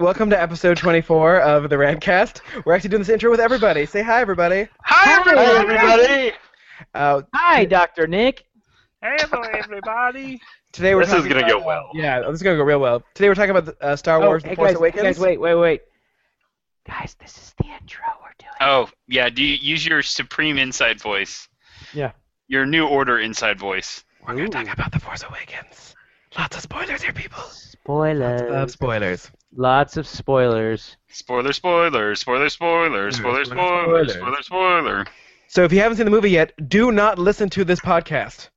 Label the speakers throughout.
Speaker 1: Welcome to episode 24 of the Rantcast. We're actually doing this intro with everybody. Say hi, everybody.
Speaker 2: Hi,
Speaker 3: Hi,
Speaker 2: everybody!
Speaker 1: Uh,
Speaker 3: Hi, Dr. Nick.
Speaker 2: Hello, everybody!
Speaker 1: today we're
Speaker 2: This is
Speaker 1: talking
Speaker 2: gonna
Speaker 1: about-
Speaker 2: go well.
Speaker 1: Yeah, this is gonna go real well. Today we're talking about uh, Star Wars:
Speaker 3: Oh, hey,
Speaker 1: The Force
Speaker 3: guys,
Speaker 1: Awakens.
Speaker 3: guys, wait, wait, wait. Guys, this is the intro we're doing.
Speaker 2: Oh, yeah, do you use your supreme inside voice.
Speaker 3: Yeah.
Speaker 2: Your new order inside voice.
Speaker 1: We're gonna talk about The Force Awakens. Lots of spoilers here, people.
Speaker 3: Spoilers.
Speaker 1: Lots of spoilers.
Speaker 3: Lots of spoilers.
Speaker 2: Spoiler, spoiler, spoiler, spoiler, spoiler, spoiler, spoiler, spoiler.
Speaker 1: So if you haven't seen the movie yet, do not listen to this podcast.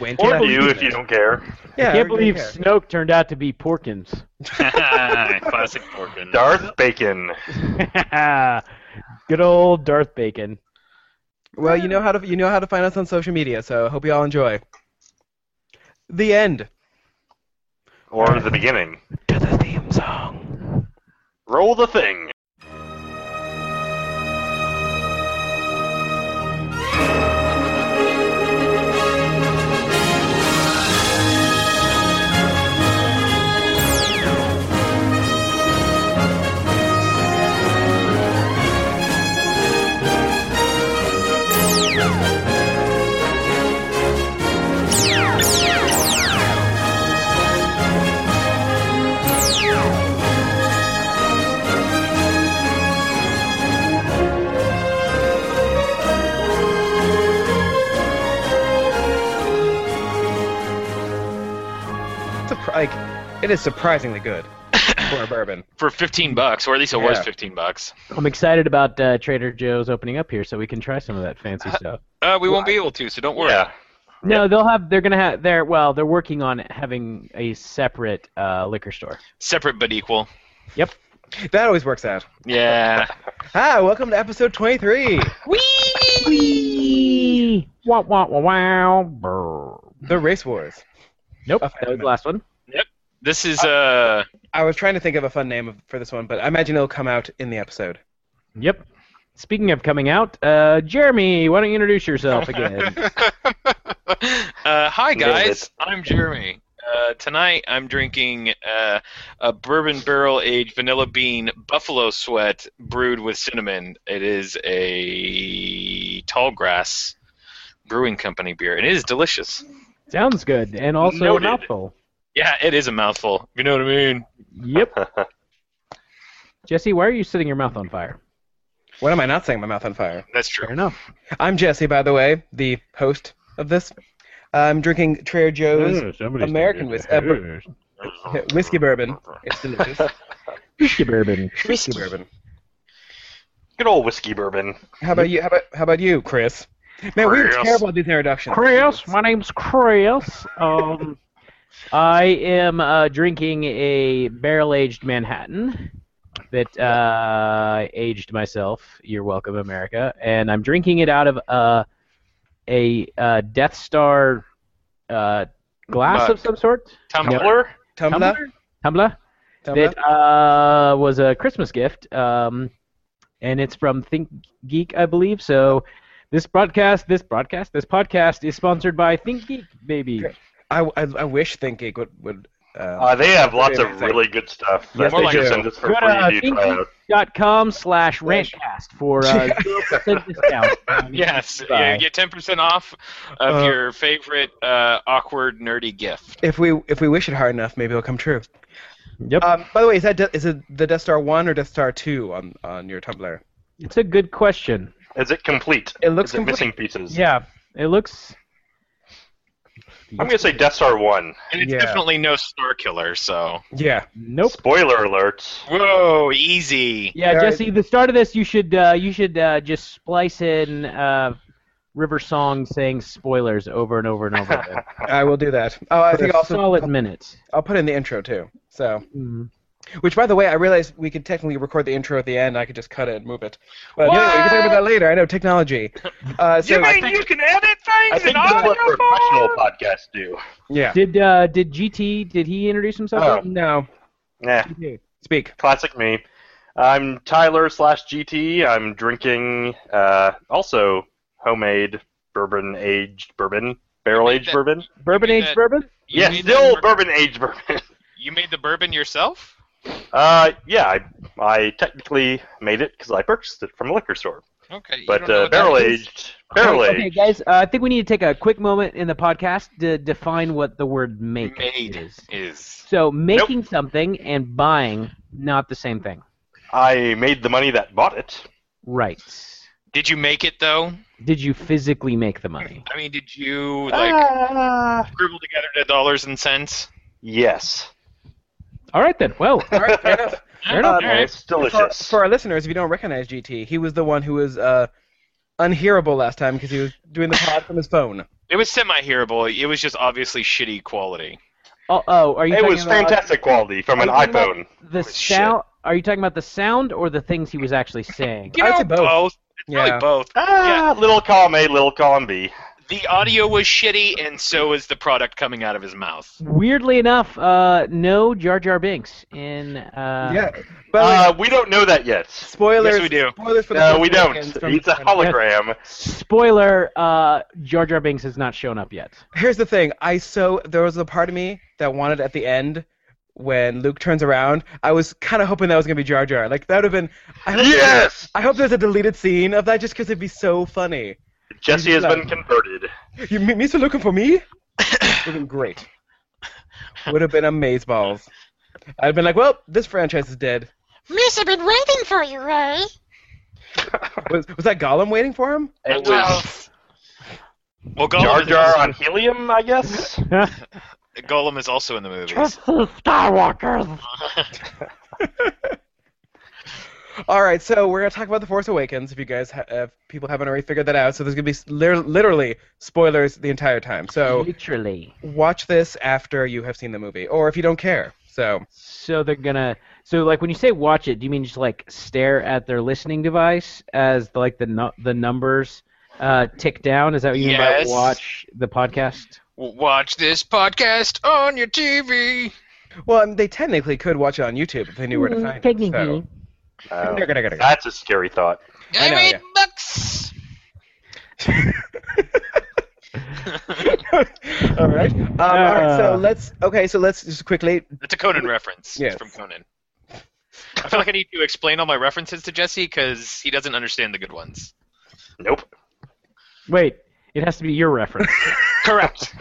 Speaker 1: Wait until
Speaker 2: Or
Speaker 1: after
Speaker 2: you
Speaker 1: this.
Speaker 2: if you don't care.
Speaker 1: Yeah,
Speaker 3: I can't
Speaker 1: or
Speaker 3: believe
Speaker 1: care.
Speaker 3: Snoke turned out to be Porkins.
Speaker 2: Classic Porkin.
Speaker 4: Darth Bacon.
Speaker 3: Good old Darth Bacon.
Speaker 1: Well, you know how to you know how to find us on social media, so hope you all enjoy. The end.
Speaker 4: Or the beginning.
Speaker 1: To the theme song.
Speaker 4: Roll the thing.
Speaker 1: Surpri- like, it is surprisingly good for a bourbon.
Speaker 2: For 15 bucks, or at least it was
Speaker 1: Yeah.
Speaker 2: 15 bucks.
Speaker 3: I'm excited about uh, Trader Joe's opening up here, so we can try some of that fancy stuff.
Speaker 2: Uh, we won't be able to, so don't worry.
Speaker 4: Yeah.
Speaker 3: No, they'll have. They're gonna have. They're well. They're working on having a separate uh, liquor store.
Speaker 2: Separate but equal.
Speaker 1: That always works out.
Speaker 2: Yeah.
Speaker 1: Hi, welcome to episode 23,
Speaker 3: Wee! Wow! Wow! Wow! Wow!
Speaker 1: The Race Wars.
Speaker 3: Nope,
Speaker 1: Okay.
Speaker 3: that was the last one.
Speaker 2: This is, uh,
Speaker 1: I was trying to think of a fun name of- for this one, but I imagine it'll come out in the episode.
Speaker 3: Yep. Speaking of coming out, uh, Jeremy, why don't you introduce yourself again?
Speaker 2: uh, hi
Speaker 4: Nailed
Speaker 2: guys,
Speaker 4: it.
Speaker 2: I'm Jeremy. Uh, tonight I'm drinking uh, a bourbon barrel aged vanilla bean buffalo sweat brewed with cinnamon. It is a Tallgrass Brewing Company beer, and it is delicious.
Speaker 3: Sounds good, and also
Speaker 2: Noted.
Speaker 3: a mouthful.
Speaker 2: Yeah, it is a mouthful. if You know what I mean?
Speaker 3: Yep. Jesse, why are you setting your mouth on fire?
Speaker 1: What am I not saying? My mouth on fire.
Speaker 2: That's true.
Speaker 3: Fair enough.
Speaker 1: I'm Jesse, by the way, the host of this. I'm drinking Trader Joe's American whis- uh, bur-
Speaker 4: Mm.
Speaker 1: whiskey bourbon. It's delicious.
Speaker 3: Whiskey bourbon.
Speaker 1: whiskey bourbon.
Speaker 4: Good old whiskey bourbon.
Speaker 1: How about you? How about how about you, Chris? Man, we're
Speaker 4: Chris.
Speaker 1: terrible at these introductions.
Speaker 3: Chris, my name's Chris. Um, I am uh, drinking a barrel-aged Manhattan that uh, aged myself. You're welcome, America. And I'm drinking it out of uh, a uh, Death Star uh, glass
Speaker 2: Mug.
Speaker 3: of some sort.
Speaker 2: Tumbler?
Speaker 1: Tumblr.
Speaker 3: Tumbler.
Speaker 1: Tumblr.
Speaker 3: That uh, was a Christmas gift, um, and it's from Think Geek, I believe. So, this broadcast, this broadcast, this podcast is sponsored by Think Geek, baby.
Speaker 1: Great. I, I, I wish ThinkGeek would would. Uh,
Speaker 4: Uh, they have lots
Speaker 1: Pretty
Speaker 4: of
Speaker 1: amazing.
Speaker 4: really good stuff
Speaker 1: Yes,
Speaker 4: that
Speaker 2: they
Speaker 4: they
Speaker 2: do.
Speaker 4: can send us for
Speaker 3: Go to uh,
Speaker 4: free to try out.
Speaker 3: thinkgeek.com slash rantcast for uh, 0% discount.
Speaker 2: Yes,
Speaker 3: Bye.
Speaker 2: you get 10% off of
Speaker 1: Uh,
Speaker 2: your favorite uh, awkward, nerdy gift.
Speaker 1: if we if we wish it hard enough, maybe it'll come true.
Speaker 3: Yep.
Speaker 1: Um, by the way, is that De- is it the Death Star one or Death Star two on on your Tumblr?
Speaker 3: it's a good question.
Speaker 4: Is it complete?
Speaker 1: It looks
Speaker 4: Is it
Speaker 1: complete.
Speaker 4: missing pieces?
Speaker 3: Yeah, it looks.
Speaker 4: I'm gonna say Death Star One.
Speaker 2: And it's
Speaker 1: Yeah.
Speaker 2: definitely no Star Killer, so.
Speaker 1: Yeah.
Speaker 3: Nope.
Speaker 4: Spoiler alert.
Speaker 2: Whoa, easy.
Speaker 3: Yeah,
Speaker 1: Alright.
Speaker 3: Jesse. The start of this, you should uh, you should uh, just splice in uh, River Song saying spoilers over and over and over again.
Speaker 1: I will do that. Oh, I
Speaker 3: For
Speaker 1: think
Speaker 3: a
Speaker 1: also
Speaker 3: solid Mm-hmm. minute.
Speaker 1: I'll put in the intro too. So, which by the way, I realized we could technically record the intro at the end. I could just cut it and move it. But anyway, we can talk about that later. I know technology. Uh, so
Speaker 2: you can edit things
Speaker 4: I think that's what professional podcasts do.
Speaker 1: yeah.
Speaker 3: Did uh, did GT did he introduce himself?
Speaker 4: Oh.
Speaker 1: No.
Speaker 4: Yeah,
Speaker 1: Speak.
Speaker 4: classic me. I'm Tyler slash GT. I'm drinking uh, also homemade bourbon aged bourbon barrel aged
Speaker 2: that-
Speaker 4: bourbon.
Speaker 3: Bourbon
Speaker 2: You
Speaker 3: aged
Speaker 2: did.
Speaker 3: bourbon.
Speaker 2: You
Speaker 4: Yes,
Speaker 2: made
Speaker 4: still
Speaker 2: the bur-
Speaker 4: bourbon aged bourbon.
Speaker 2: You made the bourbon yourself?
Speaker 4: Uh, yeah, I, I technically made it because I purchased it from a liquor store.
Speaker 2: Okay. you
Speaker 4: But
Speaker 2: don't know
Speaker 4: uh,
Speaker 2: what that
Speaker 4: barrel
Speaker 2: is.
Speaker 4: aged, barrel
Speaker 3: Okay,
Speaker 4: aged.
Speaker 3: guys, uh, I think we need to take a quick moment in the podcast to define what the word make
Speaker 2: Made.
Speaker 3: is.
Speaker 2: is.
Speaker 3: So making something and buying not the same thing.
Speaker 4: I made the money that bought it.
Speaker 3: Right.
Speaker 2: Did you make it though?
Speaker 3: Did you physically make the money?
Speaker 2: I mean, did you
Speaker 4: Uh,
Speaker 2: like
Speaker 4: Ah,
Speaker 2: scribble together the dollars and cents?
Speaker 4: yes.
Speaker 3: All right then. Well,
Speaker 1: All right, fair enough.
Speaker 2: Fair enough,
Speaker 4: Uh,
Speaker 2: all right.
Speaker 4: It's
Speaker 1: For,
Speaker 4: delicious.
Speaker 1: for our listeners, if you don't recognize GT, he was the one who was uh, unhearable last time because he was doing the pod from his phone.
Speaker 2: It was semi-hearable. It was just obviously shitty quality.
Speaker 3: oh, oh are you?
Speaker 4: it
Speaker 3: talking
Speaker 4: was
Speaker 3: about
Speaker 4: fantastic quality from an
Speaker 3: Are you talking
Speaker 4: iPhone.
Speaker 3: The
Speaker 2: Holy shit.
Speaker 3: sound. Are you talking about the sound or the things he was actually saying?
Speaker 2: You
Speaker 1: I would
Speaker 2: know,
Speaker 1: say both.
Speaker 2: It's really
Speaker 1: Yeah.
Speaker 2: both.
Speaker 4: Ah, little column A, little column B.
Speaker 2: The audio was shitty, and so is the product coming out of his mouth.
Speaker 3: Weirdly enough, uh, no Jar Jar Binks in. Uh,
Speaker 1: yeah. But
Speaker 4: Uh, we don't know that yet.
Speaker 1: spoilers.
Speaker 2: yes, we do.
Speaker 1: Spoilers for the
Speaker 4: No,
Speaker 1: first
Speaker 4: we don't.
Speaker 1: Awakens from-
Speaker 4: It's a hologram.
Speaker 3: Spoiler: uh, Jar Jar Binks has not shown up yet.
Speaker 1: Here's the thing. I so there was a part of me that wanted at the end when Luke turns around. I was kind of hoping that was gonna be Jar Jar. Like that would have been. I hope
Speaker 4: Yes!
Speaker 1: I hope there's a deleted scene of that just because it'd be so funny.
Speaker 4: Jesse has been
Speaker 1: He's
Speaker 4: converted.
Speaker 1: You m- me still looking for me? Would have been great. Would have been amazeballs. I'd been like, well, this franchise is dead.
Speaker 5: Miss, I've been waiting for you, Ray.
Speaker 1: Was, was that Gollum waiting for him?
Speaker 4: It
Speaker 2: Well,
Speaker 4: was
Speaker 2: Well, Gollum,
Speaker 4: Jar
Speaker 2: is-
Speaker 4: Jar on helium, I guess.
Speaker 2: Gollum is also in the movies.
Speaker 3: Skywalker.
Speaker 1: All right, so we're gonna talk about the Force Awakens. If you guys, ha- if people haven't already figured that out, so there's gonna be s- lir- literally spoilers the entire time. So
Speaker 3: Literally.
Speaker 1: watch this after you have seen the movie, or if you don't care. So
Speaker 3: So they're gonna. So like when you say watch it, do you mean just like stare at their listening device as like the nu- the numbers uh, tick down? Is that what you mean
Speaker 2: Yes.
Speaker 3: by watch the podcast?
Speaker 2: Watch this podcast on your TV.
Speaker 1: well, and they technically could watch it on YouTube if they knew where
Speaker 3: Mm,
Speaker 1: to find it. so-
Speaker 4: Oh,
Speaker 1: They're gonna- gonna- gonna-
Speaker 4: that's a scary thought.
Speaker 1: I know, yeah.
Speaker 2: books.
Speaker 1: all right. Um, all right. So let's. Okay. So let's just quickly.
Speaker 2: That's a Conan reference.
Speaker 1: Yes.
Speaker 2: It's from Conan. I feel like I need to explain all my references to Jesse because he doesn't understand the good ones.
Speaker 4: Nope.
Speaker 3: Wait, it has to be your reference.
Speaker 2: Correct.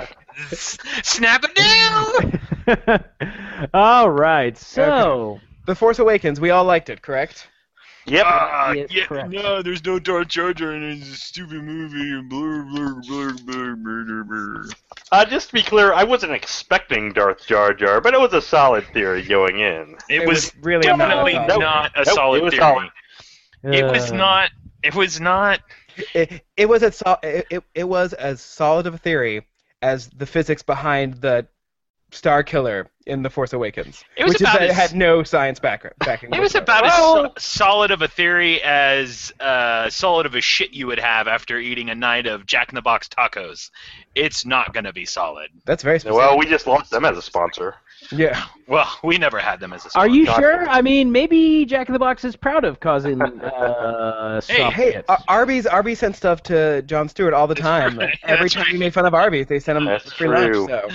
Speaker 2: Snap it down.
Speaker 3: All right. So
Speaker 1: The Force Awakens. We all liked it, correct?
Speaker 4: Yep.
Speaker 2: Ah,
Speaker 3: Yeah,
Speaker 2: yeah,
Speaker 3: correct.
Speaker 2: no, there's no Dark Charger and it's a stupid movie and blur blur blur blur blur blur.
Speaker 4: Uh, just to be clear, I wasn't expecting Darth Jar Jar, but it was a solid theory going in.
Speaker 2: It, was,
Speaker 1: really
Speaker 2: definitely
Speaker 1: not-
Speaker 4: Nope.
Speaker 2: not, a
Speaker 4: Nope,
Speaker 2: solid
Speaker 4: it was
Speaker 2: theory.
Speaker 4: solid.
Speaker 2: It was
Speaker 3: uh,
Speaker 2: not. It was not.
Speaker 1: it, it was as sol- it, it, it was as solid of a theory as the physics behind the Star Killer in The Force Awakens,
Speaker 2: It was
Speaker 1: which is
Speaker 2: about
Speaker 1: that it
Speaker 2: as-
Speaker 1: had no science back- backing.
Speaker 2: It was
Speaker 1: whatsoever.
Speaker 2: about
Speaker 4: Well-
Speaker 2: as so- solid of a theory as uh, solid of a shit you would have after eating a night of Jack in the Box tacos. It's not gonna be solid.
Speaker 1: That's very specific.
Speaker 4: Well, we just lost them as a sponsor.
Speaker 1: yeah.
Speaker 2: Well, we never had them as a.
Speaker 3: Are you
Speaker 4: God.
Speaker 3: sure? I mean, maybe Jack in the Box is proud of causing uh,
Speaker 2: Hey,
Speaker 3: soft
Speaker 1: Hey,
Speaker 3: hits.
Speaker 1: Ar- Arby's Arby's sent stuff to John Stewart all the
Speaker 2: That's
Speaker 1: time.
Speaker 2: right.
Speaker 1: Every
Speaker 2: That's
Speaker 1: time
Speaker 2: right.
Speaker 1: we made fun of Arby's, they sent him
Speaker 4: That's
Speaker 1: free lunch.
Speaker 4: true.
Speaker 1: So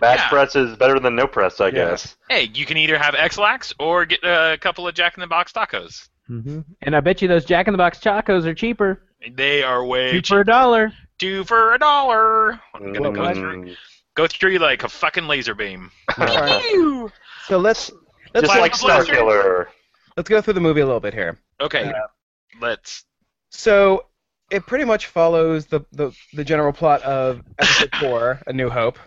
Speaker 4: Back
Speaker 2: Yeah.
Speaker 4: press is better than no press, I guess.
Speaker 2: Hey, you can either have X-Lax or get a couple of Jack in the Box tacos.
Speaker 3: Mhm. And I bet you those Jack in the Box tacos are cheaper.
Speaker 2: They are way
Speaker 3: Two for a dollar.
Speaker 2: cheap. two for a dollar. I'm gonna go,
Speaker 1: Mm.
Speaker 2: through,
Speaker 4: Mm.
Speaker 2: go through like a fucking laser beam. Uh,
Speaker 1: so let's let's
Speaker 4: Just
Speaker 1: go,
Speaker 4: like Star Killer.
Speaker 1: let's go through the movie a little bit here.
Speaker 2: Okay,
Speaker 1: Yeah.
Speaker 2: let's.
Speaker 1: So it pretty much follows the, the, the general plot of Episode Four, A New Hope,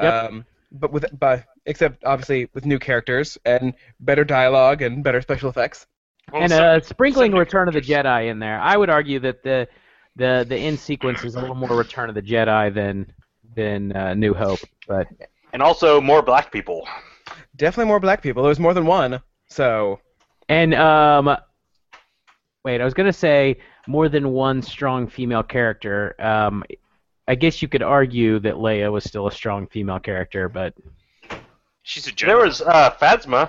Speaker 3: Yep.
Speaker 1: um, but with but except obviously with new characters and better dialogue and better special effects.
Speaker 2: Well,
Speaker 3: and
Speaker 2: so-
Speaker 3: uh, sprinkling
Speaker 2: some new
Speaker 3: Return of the
Speaker 2: characters.
Speaker 3: Jedi in there. I would argue that the the the end sequence is a little more Return of the Jedi than than uh, New Hope. But
Speaker 4: And also more black people.
Speaker 1: Definitely more black people. There was more than one. So
Speaker 3: and um, wait, I was gonna say more than one strong female character. Um, I guess you could argue that Leia was still a strong female character, but
Speaker 2: she's a
Speaker 4: There
Speaker 2: general.
Speaker 4: was uh, Phasma for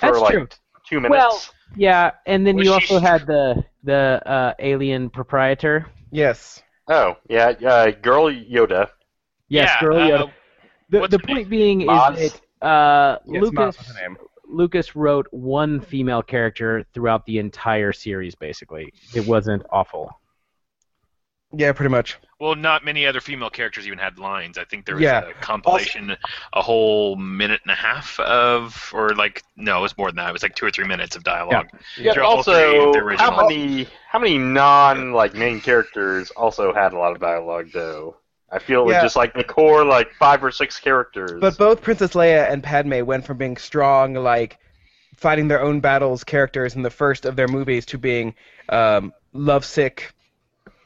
Speaker 3: That's
Speaker 4: like
Speaker 3: true.
Speaker 4: two minutes.
Speaker 3: Well- yeah. And then
Speaker 2: Was
Speaker 3: you
Speaker 2: she
Speaker 3: also had the the uh, alien proprietor.
Speaker 1: yes,
Speaker 4: Oh, yeah, uh, Girl Yoda.
Speaker 3: Yes,
Speaker 2: yeah,
Speaker 3: girl.
Speaker 2: uh,
Speaker 3: yeah. The,
Speaker 2: what's
Speaker 3: the
Speaker 2: her name?
Speaker 3: point being
Speaker 4: Maz.
Speaker 3: is that uh,
Speaker 1: yes Maz
Speaker 3: Lucas
Speaker 1: was the name.
Speaker 3: Lucas wrote one female character throughout the entire series. Basically, it wasn't awful.
Speaker 1: Yeah, pretty much.
Speaker 2: Well, not many other female characters even had lines. I think there was
Speaker 1: Yeah.
Speaker 2: a compilation, a whole minute and a half of, or like, no, it was more than that. It was like two or three minutes of dialogue.
Speaker 4: Yeah, but
Speaker 2: Throughout all three of the
Speaker 4: also,
Speaker 2: original.
Speaker 4: how many how many non like main characters also had a lot of dialogue though? I feel it was
Speaker 1: Yeah.
Speaker 4: just like the core like five or six characters.
Speaker 1: But both Princess Leia and Padme went from being strong, like fighting their own battles, characters in the first of their movies, to being um, lovesick,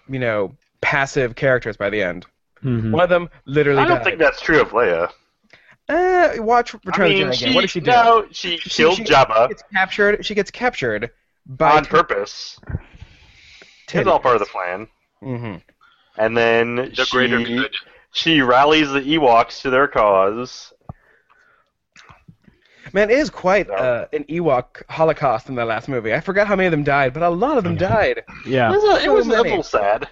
Speaker 1: you know, passive characters by the end.
Speaker 3: Mm.
Speaker 1: One of them literally
Speaker 4: I don't
Speaker 1: died.
Speaker 4: think that's true of Leia.
Speaker 1: Uh, watch Return
Speaker 4: I mean,
Speaker 1: of the Jedi
Speaker 4: she,
Speaker 1: again. What does she do?
Speaker 4: No, she, killed
Speaker 1: she-
Speaker 4: Jabba
Speaker 1: She gets captured. She gets captured by
Speaker 4: on purpose. It's all part of the plan.
Speaker 1: hmm
Speaker 4: And then
Speaker 2: The
Speaker 4: she,
Speaker 2: greater good.
Speaker 4: she rallies the Ewoks to their cause.
Speaker 1: Man, it is quite
Speaker 4: No.
Speaker 1: uh, an Ewok holocaust in the last movie. I forgot how many of them died, but a lot of them died.
Speaker 4: It
Speaker 3: Yeah.
Speaker 4: was, a, it
Speaker 1: So
Speaker 4: was a
Speaker 1: many.
Speaker 4: little sad.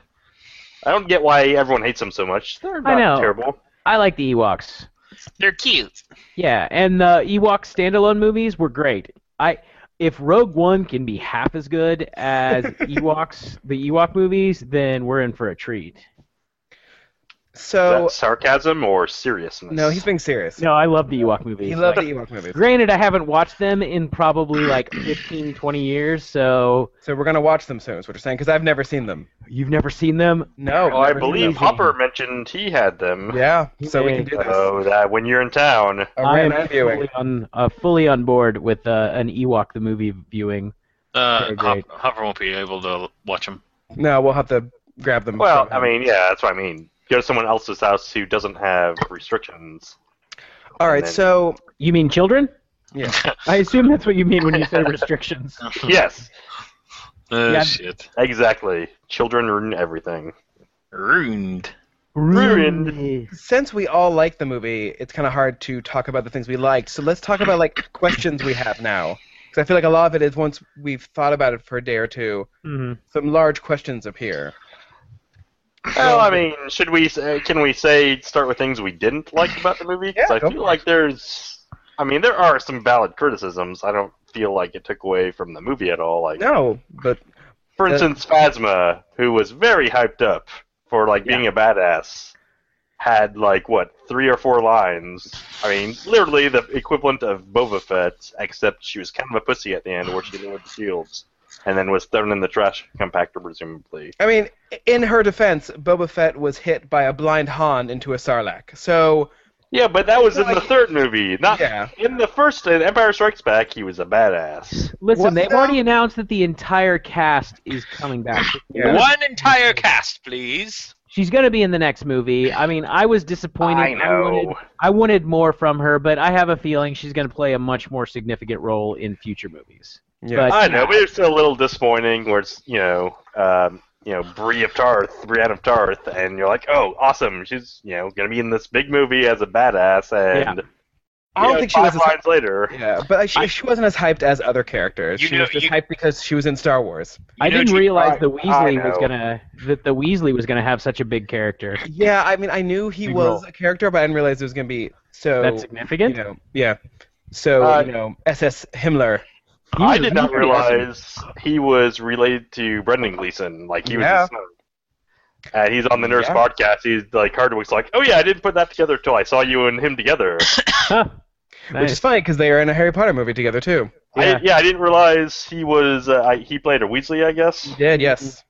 Speaker 4: I don't get why everyone hates them so much. They're not
Speaker 3: I know.
Speaker 4: terrible.
Speaker 3: I like the Ewoks.
Speaker 2: They're cute.
Speaker 3: Yeah, and the Ewok standalone movies were great. I if Rogue One can be half as good as Ewoks, the Ewok movies, then we're in for a treat.
Speaker 4: Is
Speaker 1: So
Speaker 4: that sarcasm or seriousness?
Speaker 1: no, he's being serious.
Speaker 3: No, I love the Ewok movies.
Speaker 1: he loved
Speaker 3: Like,
Speaker 1: the Ewok movies.
Speaker 3: granted, I haven't watched them in probably like 15, 20 years, so
Speaker 1: So we're gonna watch them soon. Is what you're saying? Because I've never seen them.
Speaker 3: you've never seen them.
Speaker 1: No.
Speaker 4: Well, Oh, I
Speaker 1: never seen
Speaker 4: believe uh,
Speaker 1: them.
Speaker 4: Hopper mentioned he had them.
Speaker 1: Yeah. So we can do this.
Speaker 4: So that when you're in town,
Speaker 1: A
Speaker 3: I am
Speaker 1: random viewing.
Speaker 3: fully on uh, fully on board with uh, an Ewok the movie viewing.
Speaker 2: Uh,
Speaker 3: They're
Speaker 2: Hop,
Speaker 3: great.
Speaker 2: Hopper won't be able to watch them.
Speaker 1: No, we'll have to grab them.
Speaker 4: well,
Speaker 1: somehow.
Speaker 4: I mean, yeah, that's what I mean. Go to someone else's house who doesn't have restrictions.
Speaker 1: All right.
Speaker 4: then-
Speaker 1: So
Speaker 3: You mean children?
Speaker 1: Yeah.
Speaker 3: I assume that's what you mean when you say restrictions.
Speaker 1: Hmm.
Speaker 4: yes,
Speaker 2: Oh,
Speaker 3: Yeah.
Speaker 2: shit.
Speaker 4: exactly. Children ruin everything.
Speaker 2: Ruined.
Speaker 4: Ruined.
Speaker 1: since we all like the movie, it's kind of hard to talk about the things we liked. So let's talk about like questions we have now. Because I feel like a lot of it is once we've thought about it for a day or two,
Speaker 3: Mhm.
Speaker 1: some large questions appear.
Speaker 4: Well, I mean, should we? Say, can we say start with things we didn't like about the movie? 'Cause
Speaker 1: Yeah,
Speaker 4: I
Speaker 1: go
Speaker 4: feel
Speaker 1: for
Speaker 4: like there's. I mean, there are some valid criticisms. I don't feel like it took away from the movie at all. Like,
Speaker 1: No, but
Speaker 4: for
Speaker 1: Uh,
Speaker 4: instance, Phasma, who was very hyped up for like being a badass, had like what three or four lines. I mean, literally the equivalent of Boba Fett, except she was kind of a pussy at the end, where she lowered the shields and then was thrown in the trash compactor, presumably.
Speaker 1: I mean, in her defense, Boba Fett was hit by a blind Han into a sarlacc. So
Speaker 4: Yeah, but that was
Speaker 1: No,
Speaker 4: in the
Speaker 1: I-
Speaker 4: third movie, not
Speaker 1: yeah,
Speaker 4: in the first. In Empire Strikes Back, he was a badass.
Speaker 3: Listen,
Speaker 1: What
Speaker 3: they've
Speaker 1: the-
Speaker 3: already announced that the entire cast is coming back.
Speaker 1: Yeah.
Speaker 2: One entire cast, please.
Speaker 3: She's going to be in the next movie. I mean, I was disappointed.
Speaker 4: I
Speaker 3: wanted,
Speaker 4: know.
Speaker 3: I wanted more from her, but I have a feeling she's going to play a much more significant role in future movies.
Speaker 1: yeah.
Speaker 3: But-
Speaker 4: I know, but it's still a little disappointing where it's, you know, um, you know, Bree of Tarth, Brienne of Tarth, and you're like, oh, awesome, she's, you know, gonna be in this big movie as a badass, and you
Speaker 1: I don't
Speaker 4: know,
Speaker 1: think she
Speaker 4: five
Speaker 1: was. As,
Speaker 4: lines later.
Speaker 1: yeah, but she, she wasn't as hyped as other characters.
Speaker 2: You
Speaker 1: She
Speaker 2: know-
Speaker 1: was just
Speaker 2: you-
Speaker 1: hyped because she was in Star Wars.
Speaker 3: I
Speaker 2: You know,
Speaker 3: didn't
Speaker 2: Ju-
Speaker 3: realize
Speaker 4: I-
Speaker 3: the Weasley
Speaker 4: I
Speaker 3: was
Speaker 4: know.
Speaker 3: going to that the Weasley was going to have such a big character.
Speaker 1: Yeah, I mean, I knew he
Speaker 3: Big
Speaker 1: was
Speaker 3: role.
Speaker 1: a character, but I didn't realize it was gonna be so.
Speaker 3: That's
Speaker 1: you
Speaker 3: significant.
Speaker 1: know, yeah. So
Speaker 4: Uh,
Speaker 1: you know, SS Himmler.
Speaker 3: He
Speaker 4: I
Speaker 3: was
Speaker 4: did not
Speaker 3: really awesome.
Speaker 4: realize he was related to Brendan Gleeson, like he was
Speaker 1: Yeah.
Speaker 4: his son. And he's on the Nurse
Speaker 1: Yeah.
Speaker 4: podcast. He's like Hardwick's like, oh yeah, I didn't put that together till I saw you and him together.
Speaker 3: Huh.
Speaker 1: Which is funny because they are in a Harry Potter movie together too.
Speaker 4: I,
Speaker 3: Yeah.
Speaker 4: didn't- yeah, I didn't realize he was. Uh, I, he played a Weasley, I guess.
Speaker 1: He did, yes.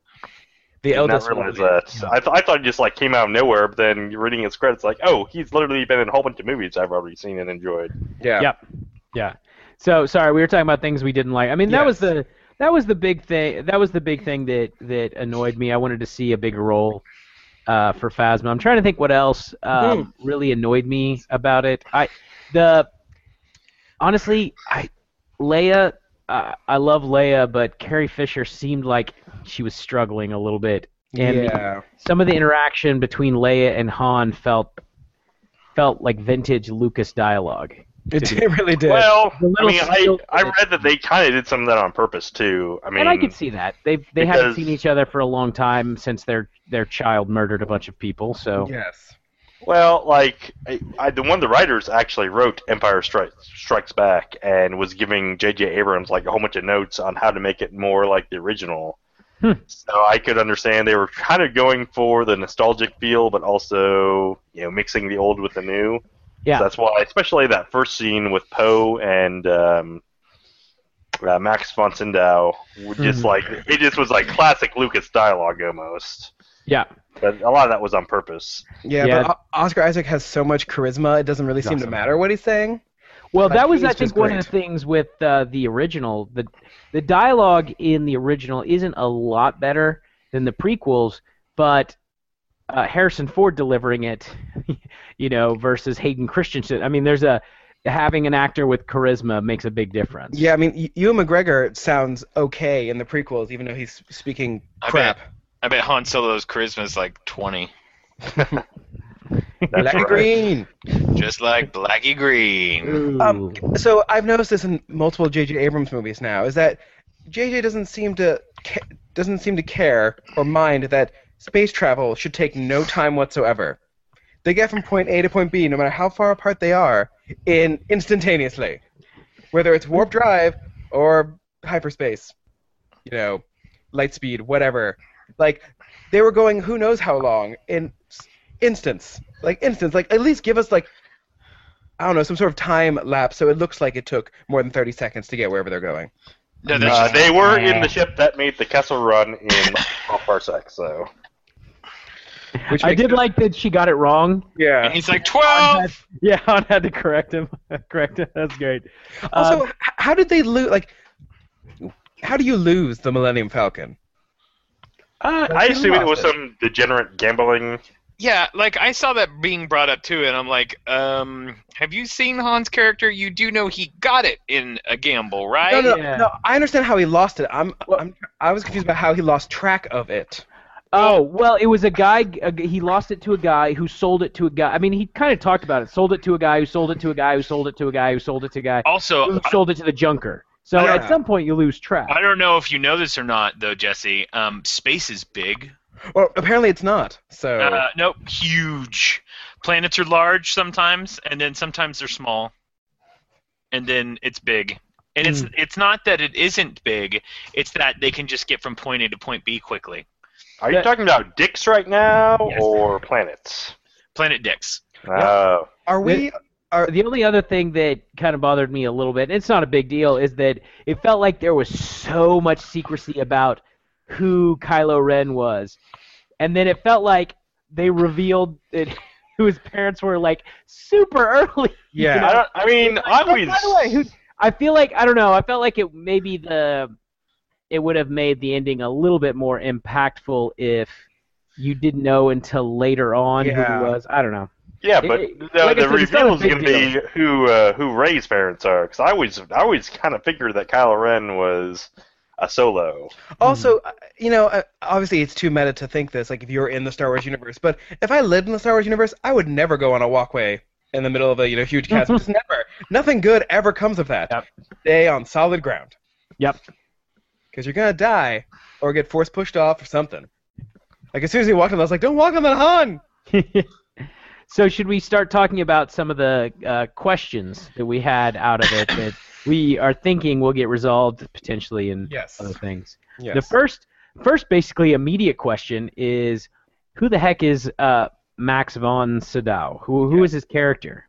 Speaker 1: The
Speaker 4: did
Speaker 1: eldest
Speaker 4: not realize
Speaker 1: one.
Speaker 4: that. I, th- I thought he just like came out of nowhere, but then reading his credits, like, oh, he's literally been in a whole bunch of movies I've already seen and enjoyed.
Speaker 1: Yeah.
Speaker 3: Yep. Yeah. So sorry, we were talking about things we didn't like. I mean, that was
Speaker 1: Yes.
Speaker 3: the that was the big thing. That was the big thing that that annoyed me. I wanted to see a bigger role uh, for Phasma. I'm trying to think what else um,
Speaker 1: Hmm.
Speaker 3: really annoyed me about it. I the honestly, I Leia. Uh, I love Leia, but Carrie Fisher seemed like she was struggling a little bit, and the
Speaker 1: yeah.
Speaker 3: some of the interaction between Leia and Han felt felt like vintage Lucas dialogue.
Speaker 1: It, it really did.
Speaker 4: Well,
Speaker 3: The
Speaker 4: I
Speaker 3: little
Speaker 4: mean, I,
Speaker 3: seal-
Speaker 4: I read that they kind of did some of that on purpose too. I mean,
Speaker 3: and I could see that they they haven't
Speaker 4: because-
Speaker 3: seen each other for a long time since their their child murdered a bunch of people. So
Speaker 1: yes.
Speaker 4: Well, like I, I, the one of the writers actually wrote Empire Strikes Strikes Back and was giving J.J. Abrams like a whole bunch of notes on how to make it more like the original.
Speaker 3: Hmm.
Speaker 4: So I could understand they were kind of going for the nostalgic feel, but also you know mixing the old with the new.
Speaker 3: Yeah.
Speaker 4: So that's why, especially that first scene with Poe and um, uh, Max von Sydow, would just
Speaker 3: Mhm.
Speaker 4: like it just was like classic Lucas dialogue almost.
Speaker 3: Yeah.
Speaker 4: But a lot of that was on purpose.
Speaker 1: Yeah,
Speaker 3: Yeah.
Speaker 1: but o- Oscar Isaac has so much charisma; it doesn't really seem to
Speaker 3: Awesome.
Speaker 1: matter what he's saying.
Speaker 3: Well,
Speaker 1: Like,
Speaker 3: that was,
Speaker 1: he's
Speaker 3: I
Speaker 1: just
Speaker 3: think, one of
Speaker 1: great.
Speaker 3: the things with uh, the original. The the dialogue in the original isn't a lot better than the prequels, but uh, Harrison Ford delivering it, you know, versus Hayden Christensen. I mean, there's a having an actor with charisma makes a big difference.
Speaker 1: Yeah, I mean, E- Ewan McGregor sounds okay in the prequels, even though he's speaking
Speaker 2: I
Speaker 1: crap.
Speaker 2: I bet Han Solo's charisma's like 20,
Speaker 4: That's
Speaker 1: Blackie
Speaker 4: right.
Speaker 1: Green.
Speaker 2: just like Blackie Green.
Speaker 3: Ooh.
Speaker 1: Um, So I've noticed this in multiple J.J. Abrams movies now is that J.J. doesn't seem to ca- doesn't seem to care or mind that space travel should take no time whatsoever. They get from point A to point B, no matter how far apart they are, in instantaneously, whether it's warp drive or hyperspace, you know, light speed, whatever. Like they were going, who knows how long in s- instance, like instance, like at least give us like I don't know, some sort of time lapse, so it looks like it took more than 30 seconds to get wherever they're going.
Speaker 2: No, that's
Speaker 4: Uh,
Speaker 2: just-
Speaker 4: they were in the ship that made the Kessel Run in off Parsec, so
Speaker 1: Which
Speaker 3: I
Speaker 1: makes
Speaker 3: did
Speaker 1: no-
Speaker 3: like that she got it wrong.
Speaker 2: and
Speaker 1: Yeah.
Speaker 2: he's like
Speaker 3: Han
Speaker 2: 12.
Speaker 3: had- yeah, Han had to correct him. correct him. That's great. Um,
Speaker 1: Also, h- how did they lose? Like, how do you lose the Millennium Falcon?
Speaker 3: Uh,
Speaker 4: I assume it was
Speaker 1: lost it.
Speaker 4: some degenerate gambling.
Speaker 2: Yeah, like I saw that being brought up too, and I'm like, um, have you seen Han's character? You do know he got it in a gamble, right?
Speaker 1: No, no,
Speaker 3: yeah.
Speaker 1: no. I understand how he lost it. I'm,
Speaker 3: Well-
Speaker 1: I'm, I was confused about how he lost track of it.
Speaker 3: Oh well, it was a guy. A, g- he lost it to a guy who sold it to a guy. I mean, he kind of talked about it. Sold it to a guy who sold it to a guy who sold it to a guy who sold it to a guy
Speaker 2: Also,
Speaker 4: Oh,
Speaker 3: who sold it to the junker. So
Speaker 1: Yeah.
Speaker 3: at some point you lose track.
Speaker 2: I don't know if you know this or not, though, Jesse. Um, space is big.
Speaker 1: Well, apparently it's not. So
Speaker 2: Uh, nope, huge. Planets are large sometimes, and then sometimes they're small, and then it's big. And it's
Speaker 1: Hmm.
Speaker 2: it's not that it isn't big; it's that they can just get from point A to point B quickly.
Speaker 4: Are you
Speaker 3: That-
Speaker 4: talking about dicks right now
Speaker 2: Yes.
Speaker 4: or planets?
Speaker 2: Planet dicks.
Speaker 4: Oh.
Speaker 1: are we? Are
Speaker 3: the only other thing that kind of bothered me a little bit, and it's not a big deal, is that it felt like there was so much secrecy about who Kylo Ren was. And then it felt like they revealed that his parents were like super early. you
Speaker 1: Yeah.
Speaker 3: know?
Speaker 4: I don't. I mean, I
Speaker 3: But
Speaker 4: always.
Speaker 3: by the way, who, I feel like I don't know. I felt like it maybe the it would have made the ending a little bit more impactful if you didn't know until later on
Speaker 1: Yeah.
Speaker 3: who he was. I don't know.
Speaker 4: Yeah, but
Speaker 3: It-
Speaker 4: the,
Speaker 3: like I
Speaker 4: the
Speaker 3: said, it's not
Speaker 4: reveal
Speaker 3: a
Speaker 4: is
Speaker 3: big
Speaker 4: going to be who uh, who Ray's parents are, because I always I always kind of figured that Kylo Ren was a solo.
Speaker 1: also, uh, you know, uh, obviously it's too meta to think this. Like, if you're in the Star Wars universe, but if I lived in the Star Wars universe, I would never go on a walkway in the middle of a you know huge chasm. Just never. Nothing good ever comes of that.
Speaker 3: Yep.
Speaker 1: Stay on solid ground.
Speaker 3: Yep.
Speaker 1: because you're gonna die or get force pushed off or something. Like as soon as he walked on, I was like, "Don't walk on that Han."
Speaker 3: so should we start talking about some of the uh, questions that we had out of it that we are thinking will get resolved potentially in
Speaker 1: Yes.
Speaker 3: other things?
Speaker 1: Yes.
Speaker 3: Uh, The first, first basically immediate question is, who the heck is uh, Max von Sydow? Who who is his character?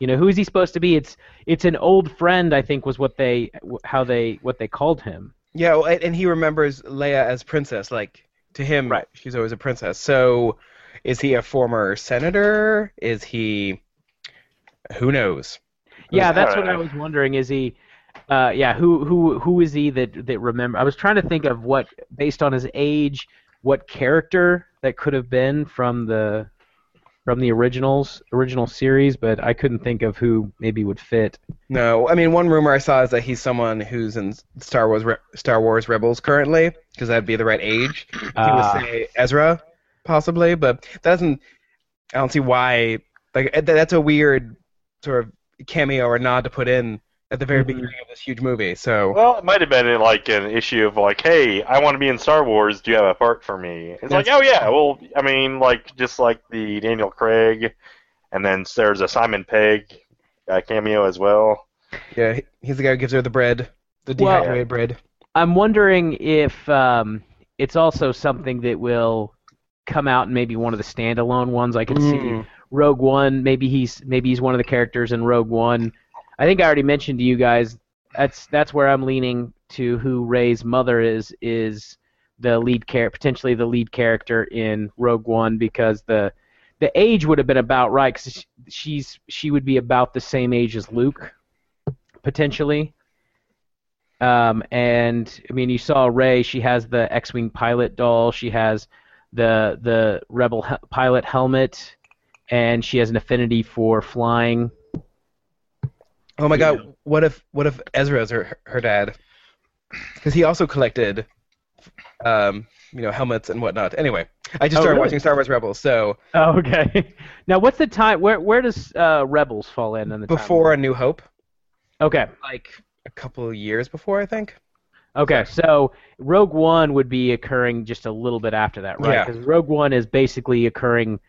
Speaker 3: You know, who is he supposed to be? It's it's an old friend, I think, was what they how they what they called him.
Speaker 1: yeah, well, and and he remembers Leia as princess. Like to him,
Speaker 3: Right.
Speaker 1: she's always a princess. So, is he a former senator? Is he? Who knows?
Speaker 3: Yeah,
Speaker 4: that?
Speaker 3: that's what I was wondering. Is he? Uh, yeah, who who who is he that that remember? I was trying to think of what based on his age, what character that could have been from the from the originals original series, but I couldn't think of who maybe would fit.
Speaker 1: No, I mean one rumor I saw is that he's someone who's in Star Wars Re- Star Wars Rebels currently because that'd be the right age. He
Speaker 3: Ah.
Speaker 1: would say Ezra, possibly, but that doesn't. I don't see why. Like th- that's a weird sort of cameo or nod to put in at the very
Speaker 3: Mhm.
Speaker 1: beginning of this huge movie. So
Speaker 4: Well, it might have been uh, like an issue of like, hey, I want to be in Star Wars. Do you have a part for me? It's like,
Speaker 3: Yes.
Speaker 4: oh yeah. Well, I mean, like just like the Daniel Craig And then there's a Simon Pegg uh, cameo as well.
Speaker 1: Yeah, he- he's the guy who gives her the bread, the
Speaker 3: Well-
Speaker 1: dehydrated bread.
Speaker 3: I'm wondering if um, it's also something that will come out in maybe one of the standalone ones. I could see
Speaker 1: Mm.
Speaker 3: Rogue One. Maybe he's maybe he's one of the characters in Rogue One. I think I already mentioned to you guys that's that's where I'm leaning to who Ray's mother is is the lead char- potentially the lead character in Rogue One because the the age would have been about right because she, she's she would be about the same age as Luke potentially. Um, and I mean, you saw Ray. She has the X-wing pilot doll. She has the the rebel he- pilot helmet, and she has an affinity for flying.
Speaker 1: Oh my god, what if what if Ezra's her her dad? Because he also collected, um, you know, helmets and whatnot. Anyway, I just
Speaker 3: Oh,
Speaker 1: started
Speaker 3: really?
Speaker 1: watching Star Wars Rebels, so
Speaker 3: Oh, okay. now, what's the time? Where where does uh, Rebels fall in on the
Speaker 1: before A New Hope,
Speaker 3: Time? Okay.
Speaker 1: like a couple of years before, I think.
Speaker 3: Okay, so Rogue One would be occurring just a little bit after that, right?
Speaker 1: Yeah.
Speaker 3: Because Rogue One is basically occurring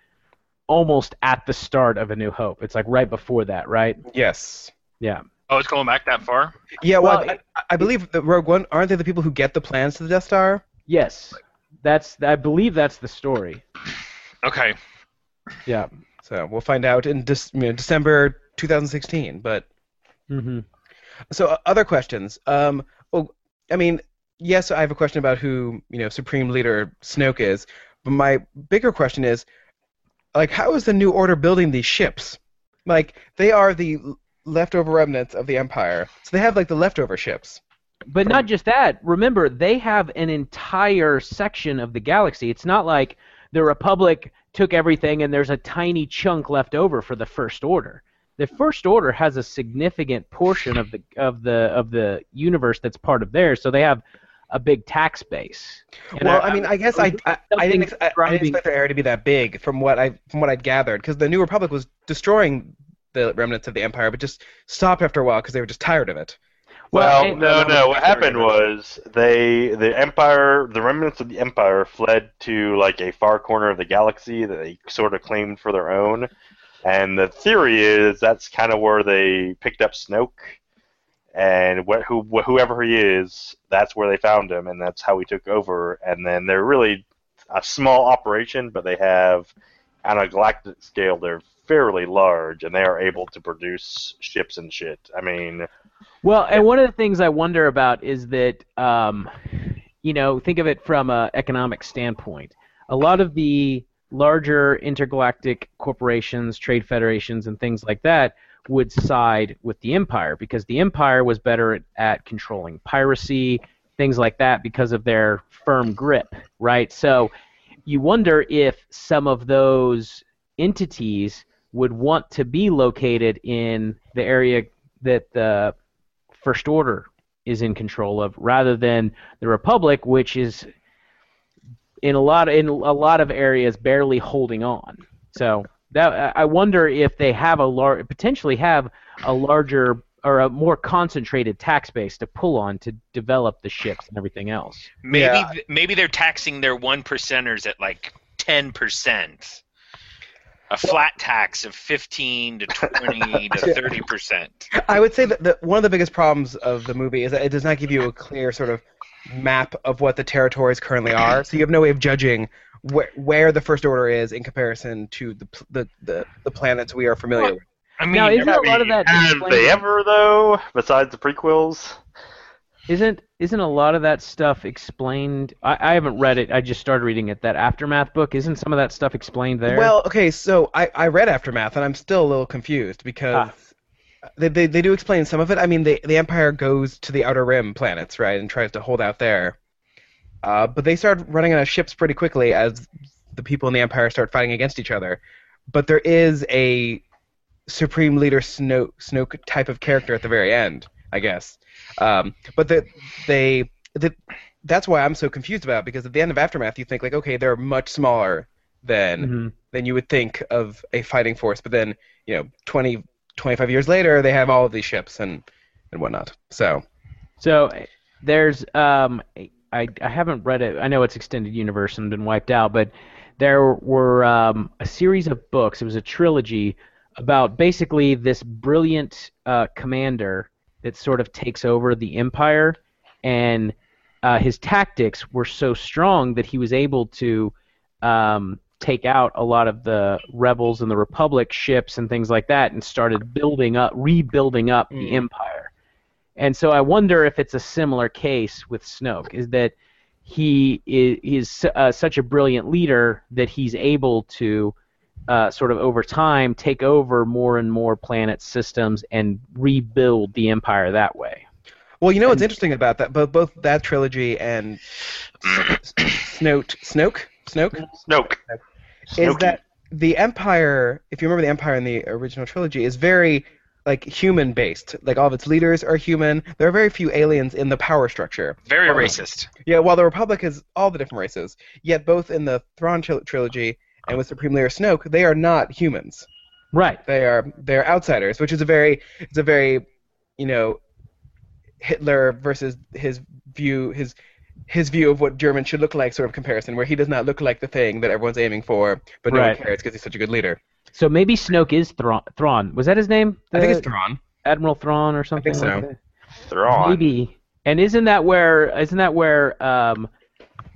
Speaker 3: almost at the start of A New Hope. It's like right before that, right?
Speaker 1: Yes.
Speaker 2: Oh, it's going back that far?
Speaker 1: Yeah. Well,
Speaker 3: Well,
Speaker 1: I, I- I believe the Rogue One aren't they the people who get the plans to the Death Star?
Speaker 3: Yes, that's I believe that's the story.
Speaker 2: Okay.
Speaker 3: Yeah.
Speaker 1: So we'll find out in Dec- you know, December 2016. But
Speaker 3: hmm
Speaker 1: so uh, other questions. Um, well, I mean, yes, I have a question about who you know Supreme Leader Snoke is, but my bigger question is, like, how is the New Order building these ships? Like, they are the l- leftover remnants of the Empire, so they have like the leftover ships.
Speaker 3: But not just that. Remember, they have an entire section of the galaxy. It's not like the Republic took everything and there's a tiny chunk left over for the First Order. The First Order has a significant portion of the of the of the universe that's part of theirs, so they have a big tax base. And
Speaker 1: well, I, mean, I guess I I, I didn't ex- I, I didn't
Speaker 3: something
Speaker 1: expect their area to be that big from what I from what I'd gathered because the New Republic was destroying the remnants of the Empire, but just stopped after a while because they were just tired of it.
Speaker 3: Well,
Speaker 4: Well,
Speaker 3: hey,
Speaker 1: no,
Speaker 4: no, no,
Speaker 1: no,
Speaker 4: What
Speaker 1: sorry,
Speaker 4: happened
Speaker 1: no.
Speaker 4: was they, the Empire, the remnants of the Empire fled to like a far corner of the galaxy that they sort of claimed for their own. And the theory is that's kind of where they picked up Snoke, and wh- who, wh- whoever he is, that's where they found him, and that's how he took over. And then they're really a small operation, but they have on a galactic scale they're fairly large, and they are able to produce ships and shit. I mean.
Speaker 3: Well, and one of the things I wonder about is that, um, you know, think of it from an economic standpoint. A lot of the larger intergalactic corporations, trade federations, and things like that would side with the Empire because the Empire was better at, at controlling piracy, things like that, because of their firm grip, right? So you wonder if some of those entities would want to be located in the area that the First Order is in control of, rather than the Republic, which is in a lot in a lot of areas barely holding on. So that I I wonder if they have a lar- potentially have a larger or a more concentrated tax base to pull on to develop the ships and everything else.
Speaker 2: Maybe
Speaker 1: Yeah.
Speaker 2: th- maybe they're taxing their one percenters at like ten percent. A flat tax of fifteen to twenty to thirty percent.
Speaker 1: I would say that the, one of the biggest problems of the movie is that it does not give you a clear sort of map of what the territories currently are, so you have no way of judging where, where the First Order is in comparison to the pl- the, the, the planets we are familiar with.
Speaker 2: I mean,
Speaker 3: Now, isn't a lot of that
Speaker 4: Have they
Speaker 3: explained-
Speaker 4: ever though? Besides the prequels,
Speaker 3: Isn't isn't a lot of that stuff explained? I, I haven't read it. I just started reading it. That aftermath book. Isn't some of that stuff explained there?
Speaker 1: Well, okay, so I, I read Aftermath, and I'm still a little confused because they, they, they do explain some of it. I mean, they, the Empire goes to the Outer Rim planets, right, and tries to hold out there. Uh, but they start running out of ships pretty quickly as the people in the Empire start fighting against each other. But there is a Supreme Leader Snoke, Snoke type of character at the very end, I guess. Um, but the, they. The, that's why I'm so confused about it, because at the end of Aftermath, you think like, okay, they're much smaller than
Speaker 3: Mhm.
Speaker 1: than you would think of a fighting force. But then, you know, 20, 25 years later, they have all of these ships and, and whatnot. So,
Speaker 3: So there's um I I haven't read it. I know it's extended universe and been wiped out, but there were um, a series of books. It was a trilogy about basically this brilliant uh, commander that sort of takes over the empire, and uh, his tactics were so strong that he was able to um, take out a lot of the rebels and the republic ships and things like that, and started building up, rebuilding up
Speaker 1: Mm.
Speaker 3: the empire. And so I wonder if it's a similar case with Snoke, is that he is, is su- uh, such a brilliant leader that he's able to uh, sort of over time take over more and more planet systems and rebuild the empire that way.
Speaker 1: Well, you know what's interesting about that, both both that trilogy and Snoke, Snoke, Snoke,
Speaker 4: Snoke.
Speaker 1: is
Speaker 4: Snokey.
Speaker 1: that the Empire? If you remember, the Empire in the original trilogy is very like human based. Like all of its leaders are human. There are very few aliens in the power structure.
Speaker 2: Very
Speaker 1: Well,
Speaker 2: racist.
Speaker 1: Yeah, while the Republic is all the different races, yet both in the Thrawn tril- trilogy and with Supreme Leader Snoke, they are not humans.
Speaker 3: Right.
Speaker 1: They are they are outsiders, which is a very it's a very you know Hitler versus his view his his view of what German should look like sort of comparison, where he does not look like the thing that everyone's aiming for, but no
Speaker 3: Right.
Speaker 1: one cares because he's such a good leader.
Speaker 3: So maybe Snoke is Thrawn. Thrawn. Was that his name?
Speaker 1: I think
Speaker 3: The
Speaker 1: it's Thrawn.
Speaker 3: Admiral Thrawn or something.
Speaker 1: so.
Speaker 3: like that?
Speaker 4: They're on.
Speaker 3: Maybe. And isn't that where? Isn't that where? Um,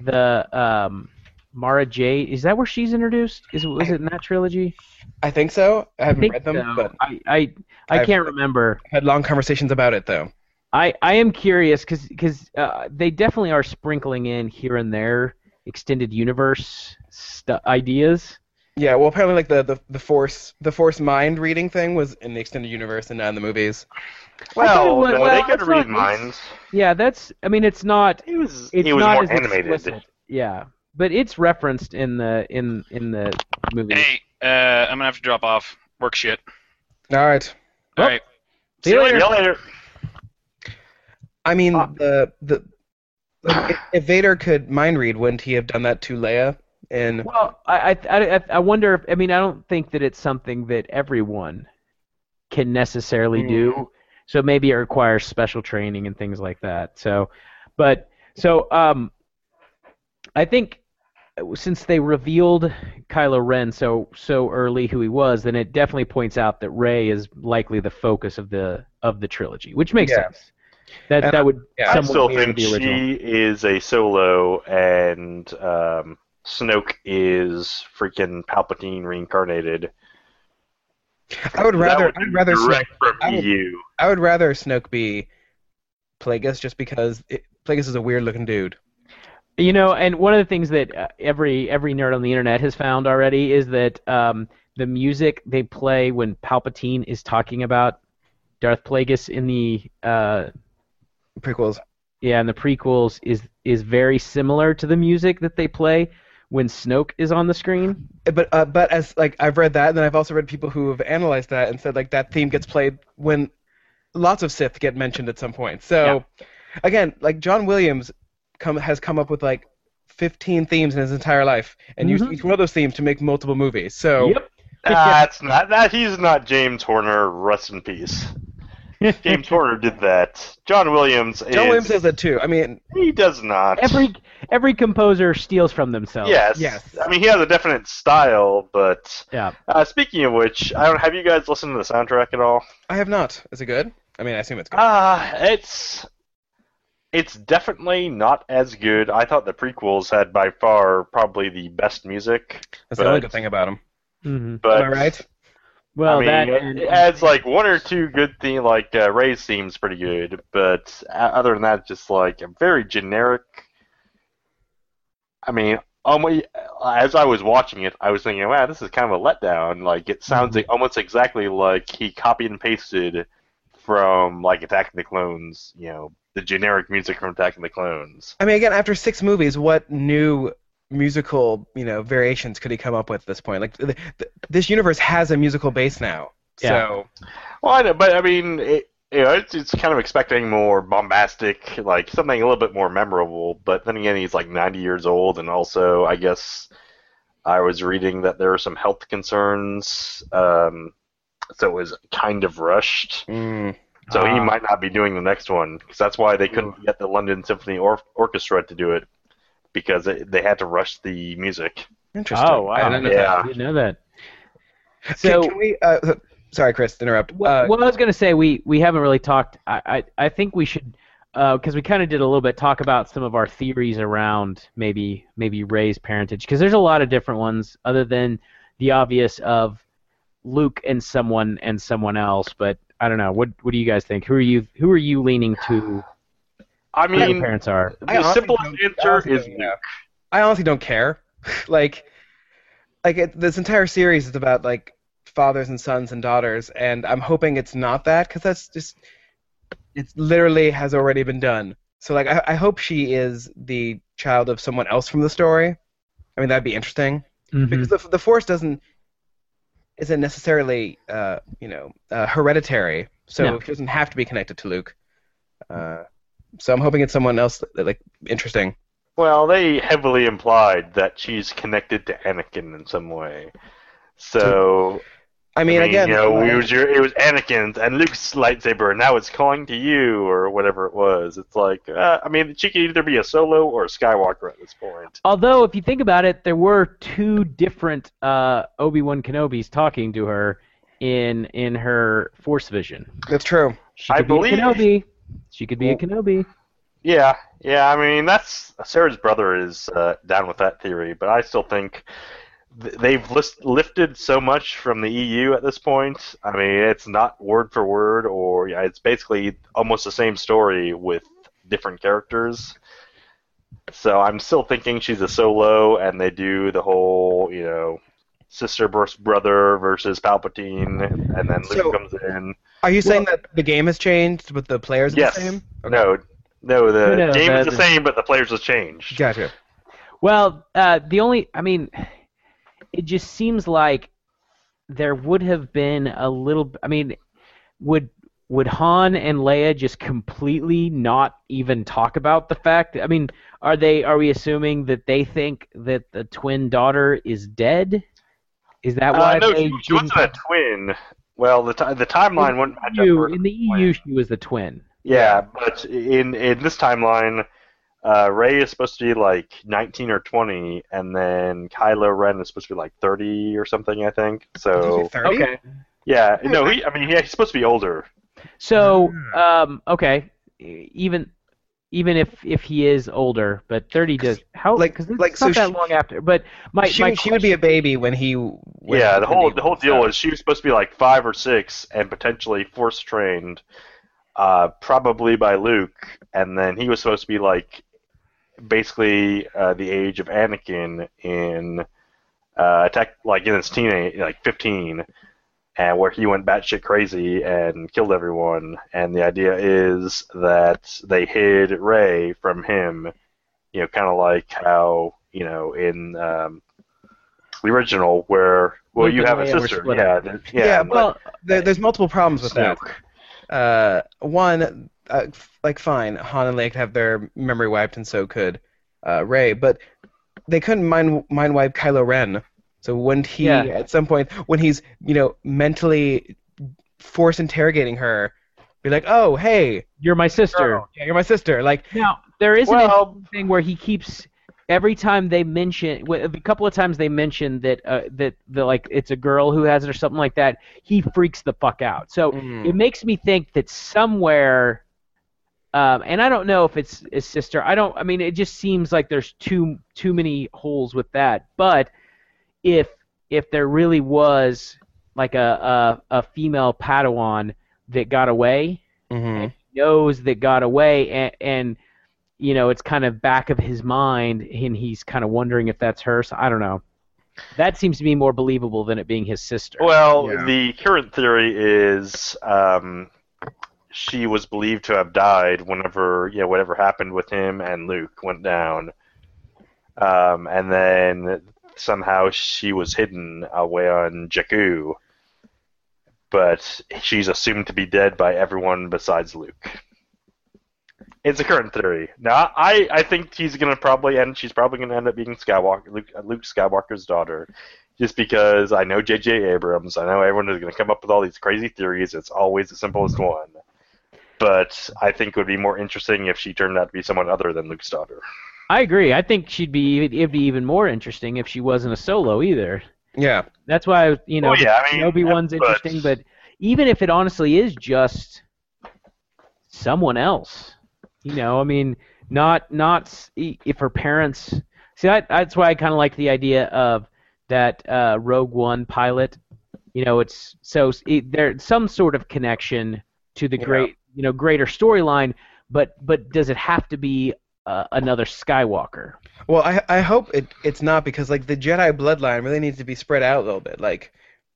Speaker 3: the um, Mara Jade. Is that where she's introduced? Is it- was it in that trilogy?
Speaker 1: I think so. I haven't
Speaker 3: think
Speaker 1: read them,
Speaker 3: so.
Speaker 1: but
Speaker 3: I I, I
Speaker 1: I've-
Speaker 3: can't remember.
Speaker 1: I've had long conversations about it though.
Speaker 3: I, I am curious because uh, they definitely are sprinkling in here and there extended universe stu- ideas.
Speaker 1: Yeah, well, apparently, like the, the, the force the force mind reading thing was in the extended universe and not in the movies.
Speaker 4: Well,
Speaker 3: I thought it
Speaker 4: no,
Speaker 3: was-
Speaker 4: they
Speaker 3: well,
Speaker 4: could
Speaker 3: it's
Speaker 4: read
Speaker 3: not-
Speaker 4: minds.
Speaker 3: Yeah, that's. I mean, it's not.
Speaker 4: He was
Speaker 3: It's
Speaker 4: he was
Speaker 3: not
Speaker 4: more
Speaker 3: as
Speaker 4: animated.
Speaker 3: explicit. Yeah, but it's referenced in the in in the movie.
Speaker 2: Hey, uh, I'm gonna have to drop off. Work shit.
Speaker 1: All right.
Speaker 2: All
Speaker 3: Oh.
Speaker 2: right.
Speaker 3: See you later.
Speaker 4: See you later.
Speaker 1: I mean,
Speaker 4: Ah.
Speaker 1: the the like, if- if Vader could mind read, wouldn't he have done that to Leia? And
Speaker 3: Well, I I- I I- I wonder. If, I mean, I don't think that it's something that everyone can
Speaker 1: Hmm.
Speaker 3: necessarily do. So maybe it requires special training and things like that. So, but so um, I think uh, since they revealed Kylo Ren so so early who he was, then it definitely points out that Rey is likely the focus of the of the trilogy, which makes
Speaker 1: Yeah.
Speaker 3: sense. That
Speaker 1: And
Speaker 3: that would
Speaker 1: yeah, I
Speaker 4: I
Speaker 3: somewhat
Speaker 4: still
Speaker 3: mirror
Speaker 4: think
Speaker 3: the original.
Speaker 4: she is a solo, and um, Snoke is freaking Palpatine reincarnated.
Speaker 1: I would rather
Speaker 4: That would
Speaker 1: I'd
Speaker 4: be
Speaker 1: rather Snoke,
Speaker 4: direct from
Speaker 1: I would-
Speaker 4: you.
Speaker 1: I would rather Snoke be Plagueis just because it, Plagueis is a weird looking dude.
Speaker 3: You know, and one of the things that uh, every every nerd on the internet has found already is that um, the music they play when Palpatine is talking about Darth Plagueis in the uh,
Speaker 1: Prequels.
Speaker 3: yeah in the prequels is is very similar to the music that they play when Snoke is on the screen.
Speaker 1: But uh, but as like I've read that, and then I've also read people who have analyzed that and said like that theme gets played when lots of Sith get mentioned at some point. So again, like John Williams come has come up with like 15 themes in his entire life, and used
Speaker 4: Mm-hmm.
Speaker 3: Mhm.
Speaker 1: each one of those themes to make multiple movies. So
Speaker 4: Oh. That's not that. He's not James Horner. Rest in peace.
Speaker 3: Yep.
Speaker 4: James Horner did that. John Williams.
Speaker 1: John
Speaker 4: is,
Speaker 1: Williams does that too. I mean,
Speaker 4: He does not.
Speaker 3: every every composer steals from themselves.
Speaker 4: Yes.
Speaker 1: Yes.
Speaker 4: I mean, he has a definite style, but
Speaker 3: Yeah.
Speaker 4: uh, speaking of which, I don't. Have you guys listened to the soundtrack at all?
Speaker 1: I have not. Is it good? I mean, I assume it's good.
Speaker 4: Ah, it's it's definitely not as good. I thought the prequels had by far probably the best music,
Speaker 1: That's the only
Speaker 4: but-
Speaker 1: good thing about him.
Speaker 3: hmm
Speaker 4: but
Speaker 1: Am I right?
Speaker 3: Well,
Speaker 4: I mean,
Speaker 3: that
Speaker 4: it-
Speaker 3: and,
Speaker 4: it adds like one or two good things. Like uh, Ray's seems pretty good, but uh, other than that, just like a very generic. I mean, almost, as I was watching it, I was thinking, "Wow, this is kind of a letdown." Like it sounds
Speaker 3: Mm-hmm.
Speaker 4: like, almost exactly like he copied and pasted from like Attack of the Clones. You know, the generic music from Attack of the Clones.
Speaker 1: I mean, again, after six movies, what new musical, you know, variations could he come up with at this point? Like, th- th- this universe has a musical base now. So,
Speaker 4: Well, I know, but I mean, it, you know, it's, it's kind of expecting more bombastic, like something a little bit more memorable. But then again, he's like 90 years old, and also, I guess, I was reading that there are some health concerns, um, so it was kind of rushed.
Speaker 1: mm,
Speaker 4: So he
Speaker 3: Ah.
Speaker 4: might not be doing the next one because that's why they couldn't get the London Symphony or- Orchestra to do it because it, they had to rush the music.
Speaker 1: interesting.
Speaker 3: oh wow,
Speaker 1: I didn't know
Speaker 4: Yeah.
Speaker 1: that.
Speaker 3: I didn't know that.
Speaker 1: Can,
Speaker 3: So
Speaker 1: can we? Uh, Sorry, Chris, to interrupt. Uh,
Speaker 3: Well, well, I was going to say we we haven't really talked. I I, I think we should because we kind of did a little bit talk about some of our theories around maybe maybe Ray's parentage because there's a lot of different ones other than the obvious of Luke and someone and someone else. But I don't know. What what do you guys think? Who are you who are you leaning to?
Speaker 4: I
Speaker 3: Who your
Speaker 4: mean,
Speaker 3: parents are.
Speaker 1: I honestly
Speaker 4: the simplest
Speaker 1: don't- I
Speaker 4: answer
Speaker 1: honestly
Speaker 4: is
Speaker 1: don't know. I honestly don't care. like, like it, this entire series is about like fathers and sons and daughters, and I'm hoping it's not that because that's just it. Literally has already been done. So like, I, I hope she is the child of someone else from the story. I mean, that'd be interesting because the the force doesn't isn't necessarily uh, you know uh, hereditary, so
Speaker 3: No.
Speaker 1: it doesn't have to be connected to Luke. Uh, so I'm hoping it's someone else that, like interesting.
Speaker 4: Well, they heavily implied that she's connected to Anakin in some way. So
Speaker 1: I mean, again, uh,
Speaker 4: you know,
Speaker 1: like-
Speaker 4: it was your, it was Anakin's and Luke's lightsaber. Now it's calling to you or whatever it was. It's like, uh, I mean, she could either be a Solo or a Skywalker at this point.
Speaker 3: Although, if you think about it, there were two different uh, Obi Wan Kenobis talking to her in in her Force vision.
Speaker 1: That's true.
Speaker 3: She
Speaker 4: I
Speaker 3: could be
Speaker 4: believe-
Speaker 3: a Kenobi. She could be a Kenobi.
Speaker 4: Yeah, yeah. I mean, that's Sarah's brother is uh, down with that theory, but I still think th- they've list- lifted so much from the EU at this point. I mean, it's not word for word, or yeah, it's basically almost the same story with different characters. So I'm still thinking she's a solo, and they do the whole, you know, sister versus brother versus Palpatine, and then Luke
Speaker 1: So-
Speaker 4: comes in.
Speaker 1: Are you saying that the game has changed, but the players are
Speaker 4: Yes.
Speaker 1: the same? Okay.
Speaker 4: No, no, the
Speaker 3: No, no,
Speaker 4: game is
Speaker 3: that-
Speaker 4: the same, but the players have changed.
Speaker 1: Gotcha.
Speaker 3: Well, uh, the only, I mean, it just seems like there would have been a little. I mean, would would Han and Leia just completely not even talk about the fact? I mean, are they? Are we assuming that they think that the twin daughter is dead? Is that why
Speaker 4: Uh, no,
Speaker 3: they
Speaker 4: she, she wasn't a
Speaker 3: didn't-
Speaker 4: twin. Well, the ti the timeline wouldn't match up.
Speaker 3: EU
Speaker 4: for-
Speaker 3: in the EU? She was the twin.
Speaker 4: Yeah, but in in this timeline, uh, Ray is supposed to be like 19 or 20, and then Kylo Ren is supposed to be like 30 or something, I think. So
Speaker 1: 30?
Speaker 4: yeah, no, he. I mean, he, he's supposed to be older.
Speaker 3: So,
Speaker 1: Ah.
Speaker 3: um, okay, e- even even if if he is older, but thirty does how
Speaker 1: Like-
Speaker 3: like cause it's
Speaker 1: like,
Speaker 3: not
Speaker 1: so
Speaker 3: that
Speaker 1: she-
Speaker 3: long after. But my
Speaker 1: she,
Speaker 3: my
Speaker 1: she would be a baby when he. When
Speaker 4: yeah, the
Speaker 1: when
Speaker 4: whole
Speaker 1: he uh,
Speaker 4: the whole deal was she was supposed to be like five or six and potentially force trained, uh, probably by Luke, and then he was supposed to be like basically uh, the age of Anakin in uh, attack like in his teenage like fifteen, and where he went batshit crazy and killed everyone. And the idea is that they hid Rey from him, you know, kind of like how you know in. Um, the original where well
Speaker 3: Luke
Speaker 4: you
Speaker 3: and
Speaker 4: have a
Speaker 3: Leia were
Speaker 4: sister
Speaker 3: split
Speaker 4: yeah
Speaker 3: up.
Speaker 4: the-
Speaker 1: Yeah,
Speaker 4: yeah but
Speaker 3: well,
Speaker 1: There, there's multiple problems with that.
Speaker 4: Snoke.
Speaker 1: Uh, one, uh, f- like fine, Han and Leia could have their memory wiped, and so could uh, Ray, but they couldn't mind mind wipe Kylo Ren. So wouldn't he
Speaker 3: Yeah.
Speaker 1: at some point when he's you know mentally force interrogating her, be like, oh hey,
Speaker 3: you're my sister.
Speaker 1: girl, yeah, you're my sister, like.
Speaker 3: Now there is an
Speaker 4: Well-
Speaker 3: interesting thing where he keeps every time they mention wh- a couple of times they mention that uh, that the like it's a girl who has it or something like that. He freaks the fuck out. So it makes me think that somewhere um, and I don't know if it's his sister. I don't. I mean, it just seems like there's too too many holes with that. But if if there really was like a a, a female Padawan that got away,
Speaker 1: Mhm.
Speaker 3: mm-hmm. knows that got away, and, and you know it's kind of back of his mind, and he's kind of wondering if that's her. So I don't know. That seems to be more believable than it being his sister.
Speaker 4: Well,
Speaker 1: Yeah.
Speaker 4: the current theory is um, she was believed to have died whenever you know whatever happened with him and Luke went down, um, and then somehow she was hidden away on Jakku, but she's assumed to be dead by everyone besides Luke. It's a current theory. Now, I, I think he's gonna probably end. She's probably gonna end up being Skywalker, Luke, Luke Skywalker's daughter just because I know J.J. Abrams. I know everyone is going to come up with all these crazy theories. It's always the simplest one. But I think it would be more interesting if she turned out to be someone other than Luke's daughter.
Speaker 3: I agree. I think she'd be it'd be even more interesting if she wasn't a solo either.
Speaker 1: Yeah.
Speaker 3: That's why you know
Speaker 4: Oh, yeah, I mean,
Speaker 3: Obi Wan's
Speaker 4: but-
Speaker 3: interesting, but even if it honestly is just someone else. You know, I mean, not not s- i- if her parents. See, I, that's why I kind of like the idea of that uh, Rogue One pilot. You know, it's so s- it, there's some sort of connection to the
Speaker 1: Yeah.
Speaker 3: great, you know, greater storyline. But but does it have to be uh, another Skywalker?
Speaker 1: Well, I I hope it, it's not because like the Jedi bloodline really needs to be spread out a little bit. Like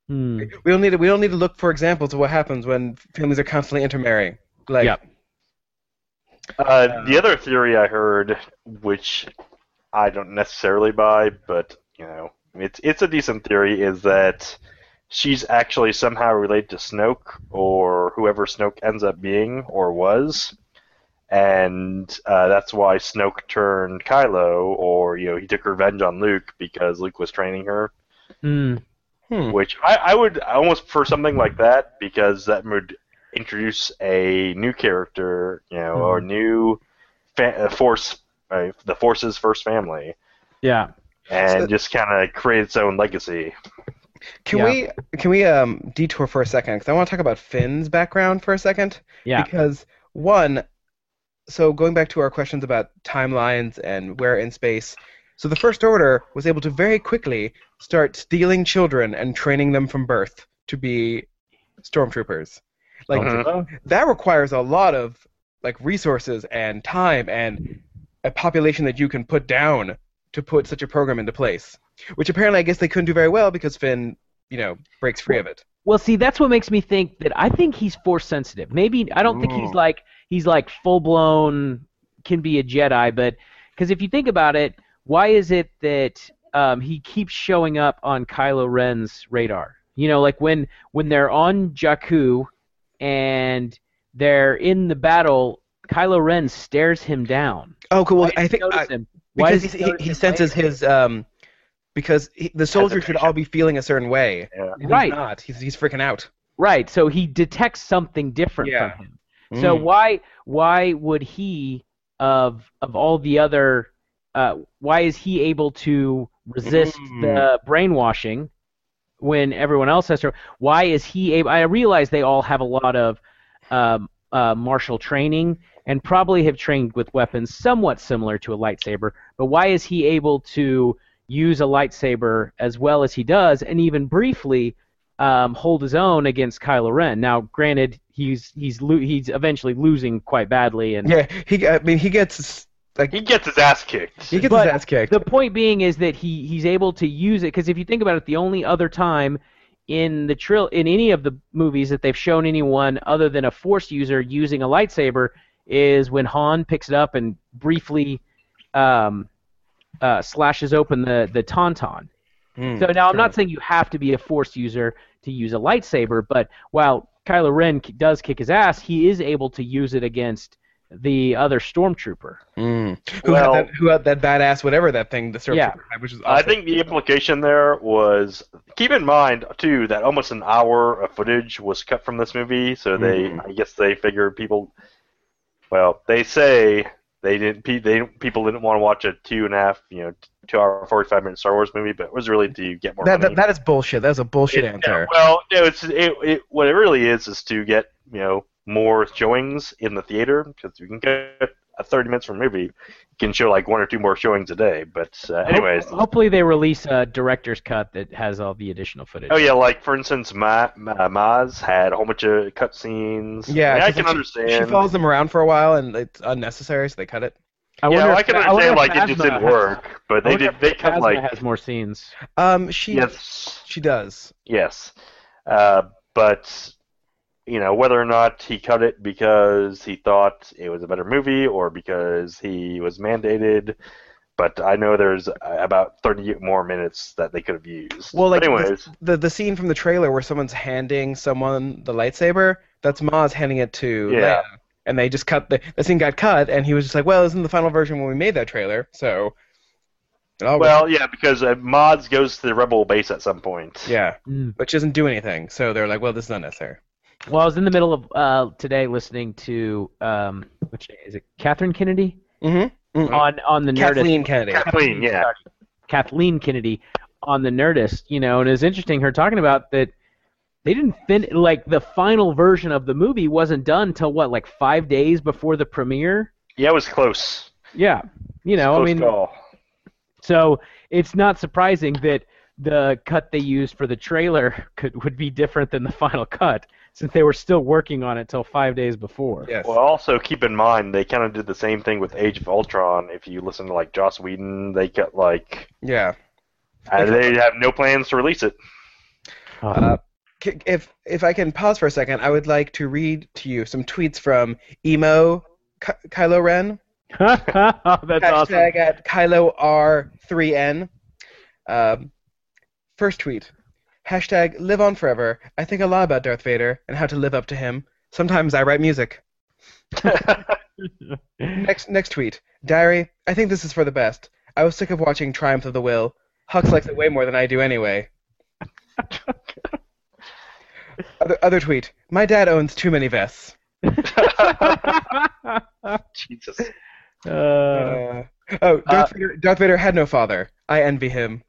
Speaker 3: Hmm.
Speaker 1: we don't need to, we don't need to look for examples of what happens when families are constantly intermarrying. Like
Speaker 3: Yep.
Speaker 4: Uh, the other theory I heard, which I don't necessarily buy, but you know, it's it's a decent theory, is that she's actually somehow related to Snoke or whoever Snoke ends up being or was, and uh, that's why Snoke turned Kylo, or you know, he took revenge on Luke because Luke was training her.
Speaker 3: Hmm.
Speaker 1: hmm,
Speaker 4: Which I, I would almost prefer something like that because that would introduce a new character, you know, or
Speaker 1: Hmm.
Speaker 4: new fa- uh, force, uh, the force's first family,
Speaker 3: Yeah.
Speaker 4: and
Speaker 1: So-
Speaker 4: just kind of create its own legacy.
Speaker 1: can
Speaker 3: Yeah.
Speaker 1: we can we um detour for a second? Because I want to talk about Finn's background for a second.
Speaker 3: Yeah.
Speaker 1: Because one, so going back to our questions about timelines and where in space, so the First Order was able to very quickly start stealing children and training them from birth to be stormtroopers. Like
Speaker 3: Uh-huh.
Speaker 4: Mhm.
Speaker 1: that requires a lot of like resources and time and a population that you can put down to put such a program into place. Which apparently I guess they couldn't do very well because Finn, you know, breaks free of it.
Speaker 3: Well, see, that's what makes me think that I think he's force sensitive. Maybe I don't think he's
Speaker 4: Ooh.
Speaker 3: like he's like full blown can be a Jedi, but because if you think about it, why is it that um, he keeps showing up on Kylo Ren's radar? You know, like when when they're on Jakku and they're in the battle, Kylo Ren stares him down.
Speaker 1: Oh, cool.
Speaker 3: Why
Speaker 1: Well,
Speaker 3: does
Speaker 1: I
Speaker 3: he
Speaker 1: think
Speaker 3: notice
Speaker 1: I-
Speaker 3: him? Why
Speaker 1: because
Speaker 3: does
Speaker 1: he, he,
Speaker 3: notice
Speaker 1: he
Speaker 3: him
Speaker 1: senses
Speaker 3: later?
Speaker 1: his um because he, the soldiers should all be feeling a certain way.
Speaker 4: Yeah.
Speaker 1: And
Speaker 3: Right.
Speaker 1: He's not. He's, he's freaking out.
Speaker 3: Right, so he detects something different
Speaker 1: Yeah.
Speaker 3: from him. So
Speaker 1: Mm.
Speaker 3: why why would he of of all the other uh, why is he able to resist
Speaker 1: Mm.
Speaker 3: the brainwashing when everyone else has to? Why is he able? I realize they all have a lot of um, uh, martial training and probably have trained with weapons somewhat similar to a lightsaber. But why is he able to use a lightsaber as well as he does, and even briefly um, hold his own against Kylo Ren? Now, granted, he's he's lo- he's eventually losing quite badly, and
Speaker 1: yeah, he I mean he gets like
Speaker 4: He gets his ass kicked.
Speaker 1: he gets
Speaker 3: but
Speaker 1: his ass kicked.
Speaker 3: the point being is that he he's able to use it because if you think about it, the only other time in the tril in any of the movies that they've shown anyone other than a force user using a lightsaber is when Han picks it up and briefly um, uh, slashes open the the tauntaun.
Speaker 1: Mm.
Speaker 3: So now I'm not saying you have to be a force user to use a lightsaber, but while Kylo Ren k- does kick his ass, he is able to use it against the other stormtrooper.
Speaker 1: Mm. Who
Speaker 4: Well-
Speaker 1: had that? Who had that badass? Whatever that thing. The Stormtrooper
Speaker 3: Yeah.
Speaker 1: had, which is
Speaker 4: I
Speaker 1: awesome.
Speaker 4: think the implication there was keep in mind too that almost an hour of footage was cut from this movie, so they
Speaker 1: Mhm.
Speaker 4: I guess they figured people. Well, they say they didn't. pe- They people didn't want to watch a two and a half, you know, two hour forty five minute Star Wars movie, but it was really to get more
Speaker 1: that,
Speaker 4: money.
Speaker 1: that that is bullshit. That was a bullshit
Speaker 4: It-
Speaker 1: answer.
Speaker 4: Well, no, it's it, it. What it really is is to get you know more showings in the theater because you can get a thirty minutes from a movie, you can show like one or two more showings a day. But uh, anyways,
Speaker 3: Hope- hopefully they release a director's cut that has all the additional footage.
Speaker 4: Oh yeah, like for instance, Ma- Ma- Maz had a whole bunch of cutscenes.
Speaker 1: Yeah,
Speaker 4: I, mean, I
Speaker 1: 'cause
Speaker 4: can
Speaker 1: she-
Speaker 4: understand.
Speaker 1: She follows them around for a while, and it's unnecessary, so they cut it.
Speaker 3: I
Speaker 4: yeah,
Speaker 3: wonder
Speaker 4: I
Speaker 3: if-
Speaker 4: can
Speaker 3: wonder
Speaker 4: understand
Speaker 3: if
Speaker 4: like it just
Speaker 3: Phasma
Speaker 4: didn't
Speaker 3: has-
Speaker 4: work, but
Speaker 3: I
Speaker 4: they
Speaker 3: wonder
Speaker 4: did.
Speaker 3: if
Speaker 4: They cut
Speaker 3: Phasma
Speaker 4: like
Speaker 3: has more scenes.
Speaker 1: Um, she
Speaker 4: yes,
Speaker 1: she does.
Speaker 4: yes, uh, but you know whether or not he cut it because he thought it was a better movie or because he was mandated. But I know there's uh, about 30 more minutes that they could have used.
Speaker 1: Well, like
Speaker 4: But anyways,
Speaker 1: the, the the scene from the trailer where someone's handing someone the lightsaber. That's Maz handing it to
Speaker 4: Yeah.
Speaker 1: Leia, and they just cut the the scene got cut, and he was just like, "Well, isn't the final version when we made that trailer?" So, it
Speaker 3: Oh,
Speaker 1: all
Speaker 4: well, yeah, because uh, Mods goes to the Rebel base at some point.
Speaker 1: yeah,
Speaker 3: Mm.
Speaker 1: which doesn't do anything. So they're like, "Well, this is unnecessary."
Speaker 3: Well, I was in the middle of uh, today listening to um, which day is it? Catherine Kennedy
Speaker 1: Mm-hmm.
Speaker 4: Oh,
Speaker 3: on on the Nerdist.
Speaker 1: Kathleen Kennedy.
Speaker 4: Kathleen, yeah.
Speaker 3: Kathleen Kennedy on the Nerdist, you know, and it's interesting her talking about that They didn't fin like the final version of the movie wasn't done till what like five days before the premiere.
Speaker 4: Yeah, it was close.
Speaker 3: Yeah, you know, I
Speaker 4: Close
Speaker 3: mean,
Speaker 4: call.
Speaker 3: so it's not surprising that the cut they used for the trailer could would be different than the final cut since they were still working on it till five days before.
Speaker 1: Yes.
Speaker 4: Well, also keep in mind they kind of did the same thing with Age of Ultron. If you listen to like Joss Whedon, they cut like
Speaker 1: yeah.
Speaker 4: uh, they have no plans to release it.
Speaker 3: Uh-huh.
Speaker 1: Uh, c- if if I can pause for a second, I would like to read to you some tweets from emo Ky- Kylo Ren.
Speaker 3: That's awesome.
Speaker 1: hashtag at Kylo R3N. Um, first tweet. Hashtag live on forever. I think a lot about Darth Vader and how to live up to him. Sometimes I write music. next next tweet. Diary, I think this is for the best. I was sick of watching Triumph of the Will. Hux likes it way more than I do anyway. other, other tweet. My dad owns too many vests.
Speaker 4: Jesus.
Speaker 3: Uh,
Speaker 1: Uh, oh, Darth,
Speaker 4: Uh,
Speaker 1: Vader, Darth Vader had no father. I envy him.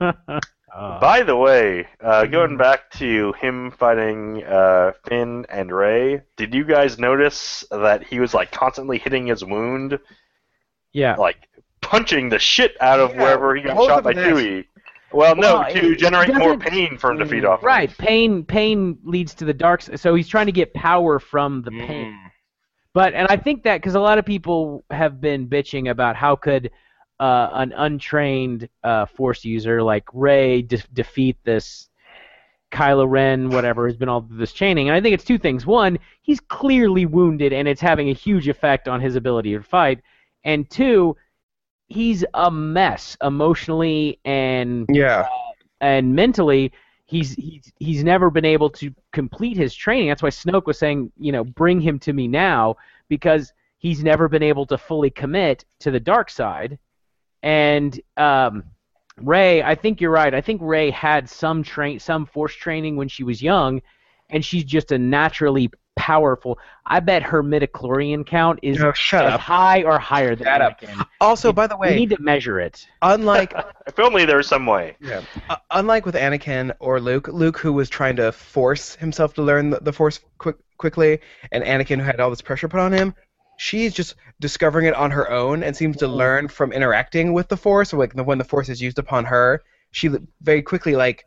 Speaker 3: Uh,
Speaker 4: By the way, uh, going back to him fighting uh, Finn and Ray, did you guys notice that he was like constantly hitting his wound,
Speaker 3: yeah.
Speaker 4: like punching the shit out of
Speaker 1: Yeah,
Speaker 4: wherever he got
Speaker 1: hold
Speaker 4: shot
Speaker 1: up
Speaker 4: by
Speaker 1: his ass.
Speaker 4: Chewie? Well, no,
Speaker 3: Well,
Speaker 4: to
Speaker 3: it-
Speaker 4: generate
Speaker 3: it
Speaker 4: more
Speaker 3: doesn't-
Speaker 4: pain for him to feed off. of.
Speaker 3: Right, pain pain leads to the dark. s- So he's trying to get power from
Speaker 2: Mm.
Speaker 3: the pain. But and I think that because a lot of people have been bitching about how could uh, an untrained uh, force user like Ray de- defeat this Kylo Ren, whatever, has been all through this chaining. And I think it's two things. One, he's clearly wounded, and it's having a huge effect on his ability to fight. And two, he's a mess emotionally and
Speaker 1: Yeah.
Speaker 3: Uh, and mentally he's he's he's never been able to complete his training that's why snoke was saying you know bring him to me now because he's never been able to fully commit to the dark side and um ray i think you're right i think ray had some train some force training when she was young and she's just a naturally powerful i bet her midichlorian count is
Speaker 1: No, shut
Speaker 3: as
Speaker 1: up.
Speaker 3: high or higher than
Speaker 1: Shut up.
Speaker 3: Anakin.
Speaker 1: Also, by the
Speaker 3: we
Speaker 1: way,
Speaker 3: need to measure it
Speaker 1: unlike
Speaker 4: If only there was some way.
Speaker 1: uh, unlike with Anakin or Luke, Luke who was trying to force himself to learn the, the Force quick, quickly, and Anakin who had all this pressure put on him, she's just discovering it on her own and seems
Speaker 3: Mm-hmm.
Speaker 1: to learn from interacting with the Force. Like the- when the Force is used upon her, she l- very quickly like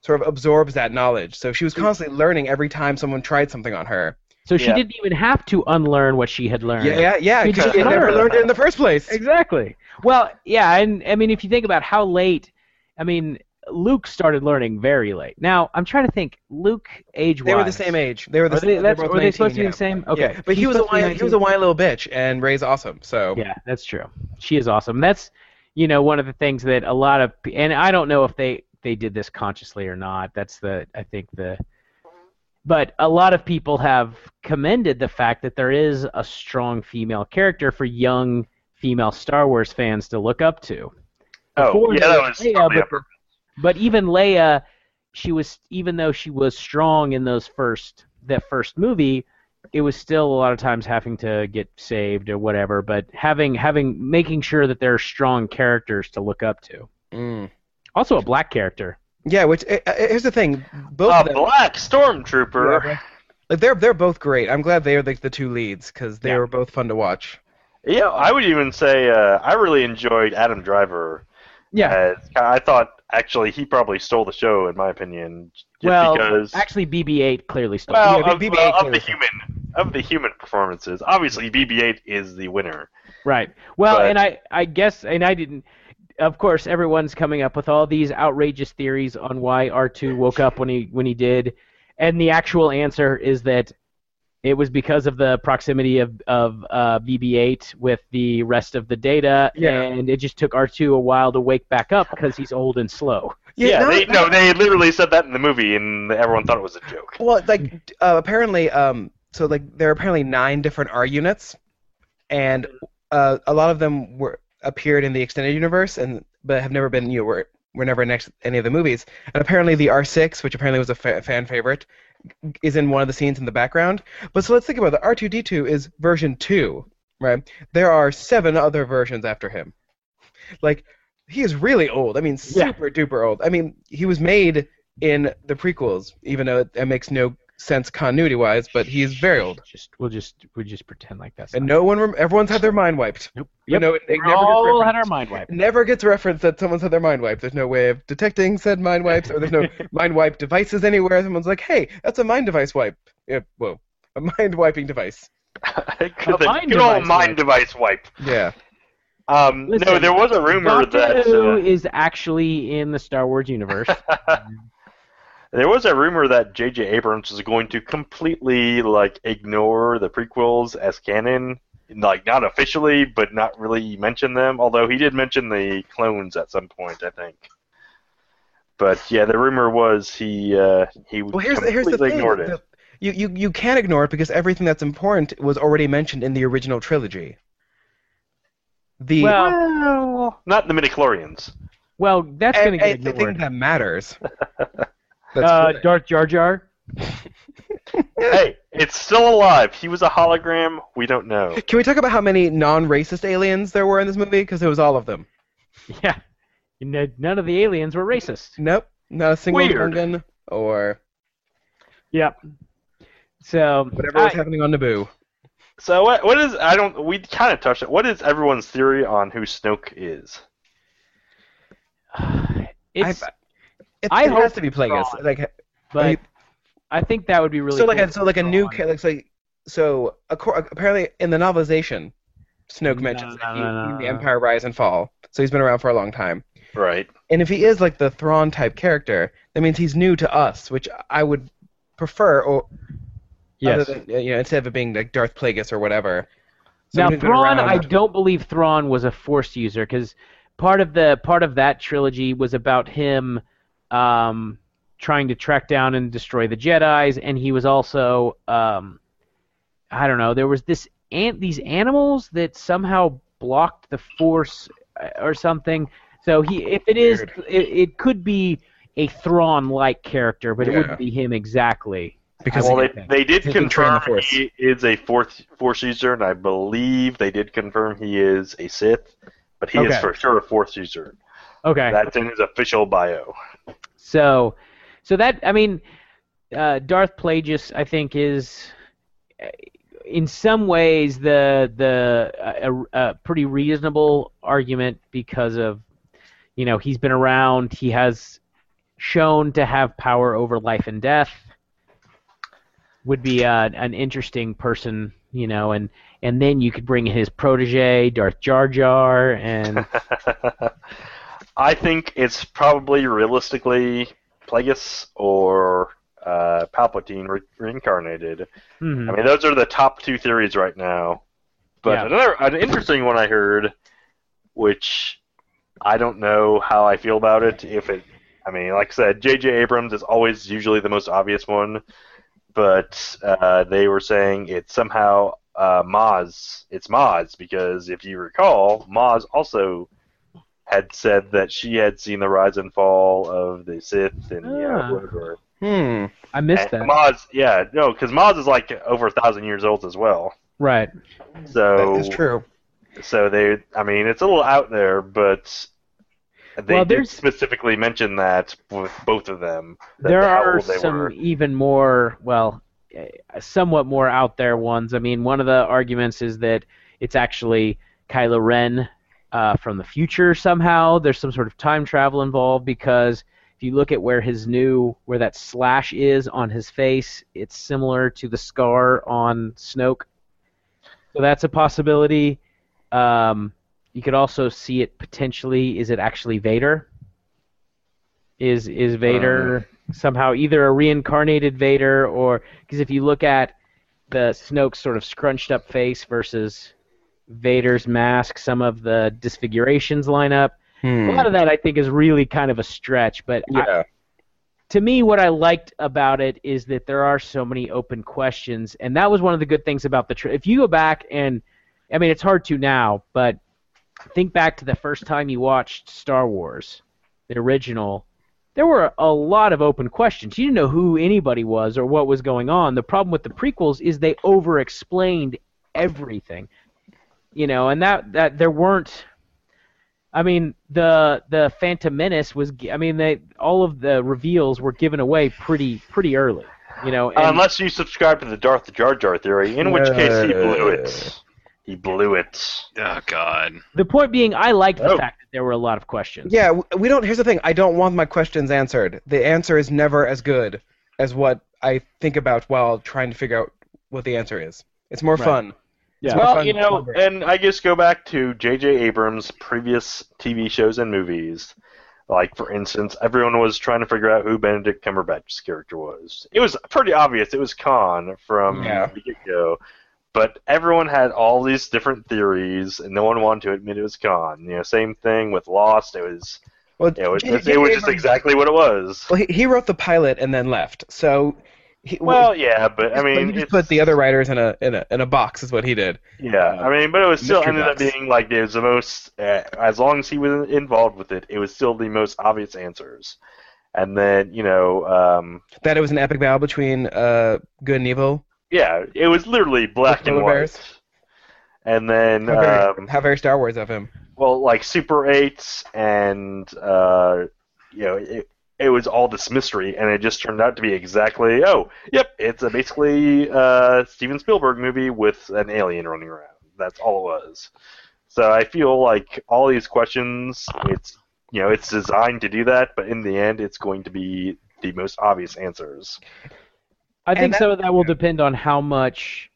Speaker 1: sort of absorbs that knowledge. So she was constantly learning every time someone tried something on her.
Speaker 3: so she
Speaker 4: Yeah.
Speaker 3: didn't even have to unlearn what she had learned
Speaker 1: Yeah, yeah, yeah.
Speaker 3: She
Speaker 1: 'cause
Speaker 3: just
Speaker 1: She had never
Speaker 3: learned.
Speaker 1: learned it in the first place.
Speaker 3: Exactly. Well, yeah, and I mean, if you think about how late, I mean, Luke started learning very late. Now, I'm trying to think. Luke, age
Speaker 1: They were the same age. They were the
Speaker 3: Are they,
Speaker 1: same.
Speaker 3: that's,
Speaker 1: were both
Speaker 3: were they
Speaker 1: 19,
Speaker 3: supposed to be
Speaker 1: yeah.
Speaker 3: the same? Okay.
Speaker 1: Yeah, but he
Speaker 3: She's
Speaker 1: was a
Speaker 3: supposed to be
Speaker 1: whiny, he was
Speaker 3: 19.
Speaker 1: a whiny little bitch, and Ray's awesome. So
Speaker 3: Yeah, that's true. She is awesome. That's you know one of the things that a lot of and I don't know if they they did this consciously or not. That's the I think the but a lot of people have commended the fact that there is a strong female character for young female Star Wars fans to look up to.
Speaker 4: Oh,
Speaker 3: Before
Speaker 4: yeah,
Speaker 3: there
Speaker 4: that was totally
Speaker 3: Leia, but-
Speaker 4: on purpose.
Speaker 3: But even Leia, she was even though she was strong in those first that first movie, it was still a lot of times having to get saved or whatever. But having having making sure that there are strong characters to look up to.
Speaker 1: Mm.
Speaker 3: Also a black character.
Speaker 1: yeah. Which uh, uh, here's the thing, both
Speaker 4: A
Speaker 1: of them,
Speaker 4: oh, black stormtrooper.
Speaker 1: Yeah, like, they're they're both great. I'm glad they are the, the two leads because they
Speaker 3: Yeah.
Speaker 1: were both fun to watch.
Speaker 4: Yeah, I would even say uh, I really enjoyed Adam Driver.
Speaker 3: Yeah.
Speaker 4: as- I thought actually he probably stole the show in my opinion. Just
Speaker 3: well,
Speaker 4: because
Speaker 3: actually BB-8 clearly stole.
Speaker 4: well,
Speaker 1: yeah,
Speaker 4: of,
Speaker 1: BB-8
Speaker 4: well, of
Speaker 1: clearly.
Speaker 4: the human of the human performances, obviously BB-8 is the winner.
Speaker 3: Right. Well,
Speaker 4: But-
Speaker 3: and I, I guess, and I didn't. Of course, everyone's coming up with all these outrageous theories on why R2 woke up when he when he did, and the actual answer is that it was because of the proximity of of uh, BB-8 with the rest of the data,
Speaker 1: Yeah.
Speaker 3: and it just took R2 a while to wake back up because he's old and slow.
Speaker 4: Yeah,
Speaker 1: no,
Speaker 4: they
Speaker 1: no,
Speaker 4: no, they literally said that in the movie, and everyone thought it was a joke.
Speaker 1: Well, like d- uh, apparently, um, so like there are apparently nine different R units, and uh, a lot of them were appeared in the extended universe, and but have never been you know, were were never in ex- any of the movies. And apparently, the R six, which apparently was a fa- fan favorite, g- is in one of the scenes in the background. But so let's think about it. the R two D two is version two, right? There are seven other versions after him. Like he is really old. I mean,
Speaker 3: Yeah.
Speaker 1: super duper old. I mean, he was made in the prequels, even though it, it makes no sense continuity wise. But he's very old,
Speaker 3: Just we'll just we'll just pretend like that's.
Speaker 1: and
Speaker 3: not-
Speaker 1: no one, rem- everyone's had their mind wiped.
Speaker 3: Nope.
Speaker 1: You
Speaker 3: Yep.
Speaker 1: know, it, it
Speaker 3: We
Speaker 1: never gets
Speaker 3: all
Speaker 1: referenced.
Speaker 3: had our mind wiped.
Speaker 1: It never gets referenced that someone's had their mind wiped. There's no way of detecting said mind wipes, or there's no mind wipe devices anywhere. Someone's like, "Hey, that's a mind device wipe." Yeah, whoa, a mind wiping device.
Speaker 4: Good
Speaker 3: mind
Speaker 4: good old
Speaker 3: device
Speaker 4: mind
Speaker 3: wipe.
Speaker 4: device wipe.
Speaker 1: Yeah,
Speaker 4: Um, no,
Speaker 3: Listen,
Speaker 4: there was a rumor
Speaker 3: Doctor
Speaker 4: that
Speaker 3: Who
Speaker 4: uh,
Speaker 3: is actually in the Star Wars universe.
Speaker 4: there was a rumor that J.J. Abrams was going to completely like ignore the prequels as canon, like not officially, but not really mention them. Although he did mention the clones at some point, I think. But yeah, the rumor was he uh, he
Speaker 1: Well, here's
Speaker 4: completely
Speaker 1: here's the thing.
Speaker 4: ignored it.
Speaker 1: The- you, you you can ignore it because everything that's important was already mentioned in the original trilogy. The
Speaker 3: Well,
Speaker 4: Well, not the midichlorians.
Speaker 3: well, that's
Speaker 1: e-
Speaker 3: going to
Speaker 1: e-
Speaker 3: get
Speaker 1: everything
Speaker 3: ignored.
Speaker 1: that matters. That's
Speaker 3: Uh,
Speaker 1: correct.
Speaker 3: Darth Jar Jar.
Speaker 4: hey, it's still alive. He was a hologram. We don't know.
Speaker 1: Can we talk about how many non-racist aliens there were in this movie? Because there was all of them.
Speaker 3: Yeah. You know, None of the aliens were racist.
Speaker 1: Nope, not a single
Speaker 4: Weird.
Speaker 1: Gungan or
Speaker 3: Yep. So
Speaker 1: whatever was
Speaker 3: I-
Speaker 1: happening on Naboo.
Speaker 4: So what? What is? I don't. We kind of touched it. What is everyone's theory on who Snoke is?
Speaker 3: it's,
Speaker 1: I- It,
Speaker 3: I
Speaker 1: it has
Speaker 3: hope
Speaker 1: to be Plagueis.
Speaker 3: not.
Speaker 1: Like
Speaker 3: but
Speaker 1: I-
Speaker 3: I think that would be really
Speaker 1: so, like
Speaker 3: cool
Speaker 1: a, so like a
Speaker 3: later
Speaker 1: new
Speaker 3: on.
Speaker 1: ca- like so, so acco- apparently in the novelization, Snoke
Speaker 3: No,
Speaker 1: mentions that
Speaker 3: no,
Speaker 1: he,
Speaker 3: no,
Speaker 1: he- the
Speaker 3: no.
Speaker 1: Empire rise and fall. So he's been around for a long time.
Speaker 4: Right.
Speaker 1: And if he is like the Thrawn type character, that means he's new to us, which I would prefer. Or
Speaker 3: Yes.
Speaker 1: other than, you know, instead of it being like Darth Plagueis or whatever.
Speaker 3: Now
Speaker 1: Someone who's been
Speaker 3: Thrawn,
Speaker 1: around-
Speaker 3: I don't believe Thrawn was a Force user because part of the part of that trilogy was about him um, trying to track down and destroy the Jedi's, and he was also um, I don't know. There was this ant these animals that somehow blocked the Force uh, or something. So he, if it is,
Speaker 1: Weird.
Speaker 3: it, it could be a Thrawn-like character, but it
Speaker 1: Yeah.
Speaker 3: wouldn't be him exactly.
Speaker 1: because
Speaker 4: well,
Speaker 1: he-
Speaker 4: they, they did
Speaker 1: He's been trained
Speaker 4: confirm
Speaker 1: the Force.
Speaker 4: he is a fourth force user, and I believe they did confirm he is a Sith, but he is
Speaker 3: Okay.
Speaker 4: for sure a force user.
Speaker 3: Okay.
Speaker 4: That's in his official bio.
Speaker 3: So, so that I mean, uh, Darth Plagueis I think is, uh, in some ways, the the uh, a, a pretty reasonable argument because of, you know, he's been around. He has shown to have power over life and death. Would be uh, an interesting person, you know, and and then you could bring in his protege, Darth Jar Jar, and
Speaker 4: I think it's probably realistically Plagueis or uh, Palpatine re- reincarnated.
Speaker 3: Mhm.
Speaker 4: I mean, those are the top two theories right now. But
Speaker 3: Yeah.
Speaker 4: another an interesting one I heard, which I don't know how I feel about it. If it, I mean, like I said, J.J. Abrams is always usually the most obvious one, but uh, they were saying it's somehow uh, Maz. It's Maz because if you recall, Maz also had said that she had seen the rise and fall of the Sith and yeah,
Speaker 3: Ah.
Speaker 4: whatever.
Speaker 1: hmm.
Speaker 3: I missed
Speaker 4: And
Speaker 3: that.
Speaker 4: Maz, yeah, no, because Maz is like over a thousand years old as well.
Speaker 3: Right.
Speaker 4: So
Speaker 1: That is true.
Speaker 4: So they, I mean, it's a little out there, but they
Speaker 3: Well,
Speaker 4: did
Speaker 3: there's-
Speaker 4: specifically mention that with both of them. That
Speaker 3: there
Speaker 4: how
Speaker 3: are
Speaker 4: old they
Speaker 3: some
Speaker 4: were.
Speaker 3: even more well eh, somewhat more out there ones i mean one of the arguments is that it's actually kylo ren uh, from the future somehow there's some sort of time travel involved because if you look at where his new where that slash is on his face it's similar to the scar on snoke so that's a possibility um, you could also see it potentially is it actually vader is is
Speaker 1: Uh,
Speaker 3: vader somehow either a reincarnated Vader or because if you look at the Snoke's sort of scrunched up face versus Vader's mask, some of the disfigurations line up.
Speaker 1: Hmm.
Speaker 3: A lot of that I think is really kind of a stretch, but I-
Speaker 1: yeah.
Speaker 3: to me, what I liked about it is that there are so many open questions, and that was one of the good things about the trip. If you go back and, I mean, it's hard to now, but think back to the first time you watched Star Wars, the original. There were a lot of open questions. You didn't know who anybody was or what was going on. The problem with the prequels is they over-explained everything, you know, and that that there weren't I mean, the the Phantom Menace was. gi- I mean, they all of the reveals were given away pretty pretty early. You know, and
Speaker 4: Unless you subscribe to the Darth Jar Jar theory, in which case he blew it. He blew it.
Speaker 2: Oh God.
Speaker 3: the point being, I liked the
Speaker 4: Oh.
Speaker 3: fact that there were a lot of questions.
Speaker 1: Yeah, w- we don't. Here's the thing. I don't want my questions answered. The answer is never as good as what I think about while trying to figure out what the answer is. It's more
Speaker 3: Right.
Speaker 1: fun.
Speaker 3: Yeah.
Speaker 1: Well,
Speaker 4: Well, you know,
Speaker 1: clever.
Speaker 4: and I just go back to J.J. Abrams' previous TV shows and movies. Like, for instance, everyone was trying to figure out who Benedict Cumberbatch's character was. It was pretty obvious. It was Khan from
Speaker 1: Yeah.
Speaker 4: the get-go. But everyone had all these different theories, and no one wanted to admit it was Khan. You know, same thing with Lost. It was,
Speaker 1: Well,
Speaker 4: you know, it,
Speaker 1: J.J.
Speaker 4: it was just
Speaker 1: Abrams-
Speaker 4: exactly what it was.
Speaker 1: Well, he, he wrote the pilot and then left. So, he,
Speaker 4: Well, yeah, but I
Speaker 1: he
Speaker 4: mean,
Speaker 1: just
Speaker 4: it's-
Speaker 1: put the other writers in a in a in a box is what he did.
Speaker 4: Yeah,
Speaker 1: Uh,
Speaker 4: I mean, but it was still
Speaker 1: mystery
Speaker 4: ended up
Speaker 1: box.
Speaker 4: being like it was the most. Uh, as long as he was involved with it, it was still the most obvious answers. And then you know, um,
Speaker 1: That it was an epic battle between uh, good and evil.
Speaker 4: yeah, it was literally black
Speaker 1: With
Speaker 4: and
Speaker 1: polar
Speaker 4: white.
Speaker 1: bears?
Speaker 4: And then,
Speaker 1: How very,
Speaker 4: um,
Speaker 1: how very Star Wars of him.
Speaker 4: well, like Super Eight, and uh, you know, it, it was all this mystery, and it just turned out to be exactly. Oh, yep, it's a basically uh, Steven Spielberg movie with an alien running around. That's all it was. So I feel like all these questions, it's you know, it's designed to do that, but in the end, it's going to be the most obvious answers.
Speaker 3: I think
Speaker 1: that-
Speaker 3: some of that will depend on how much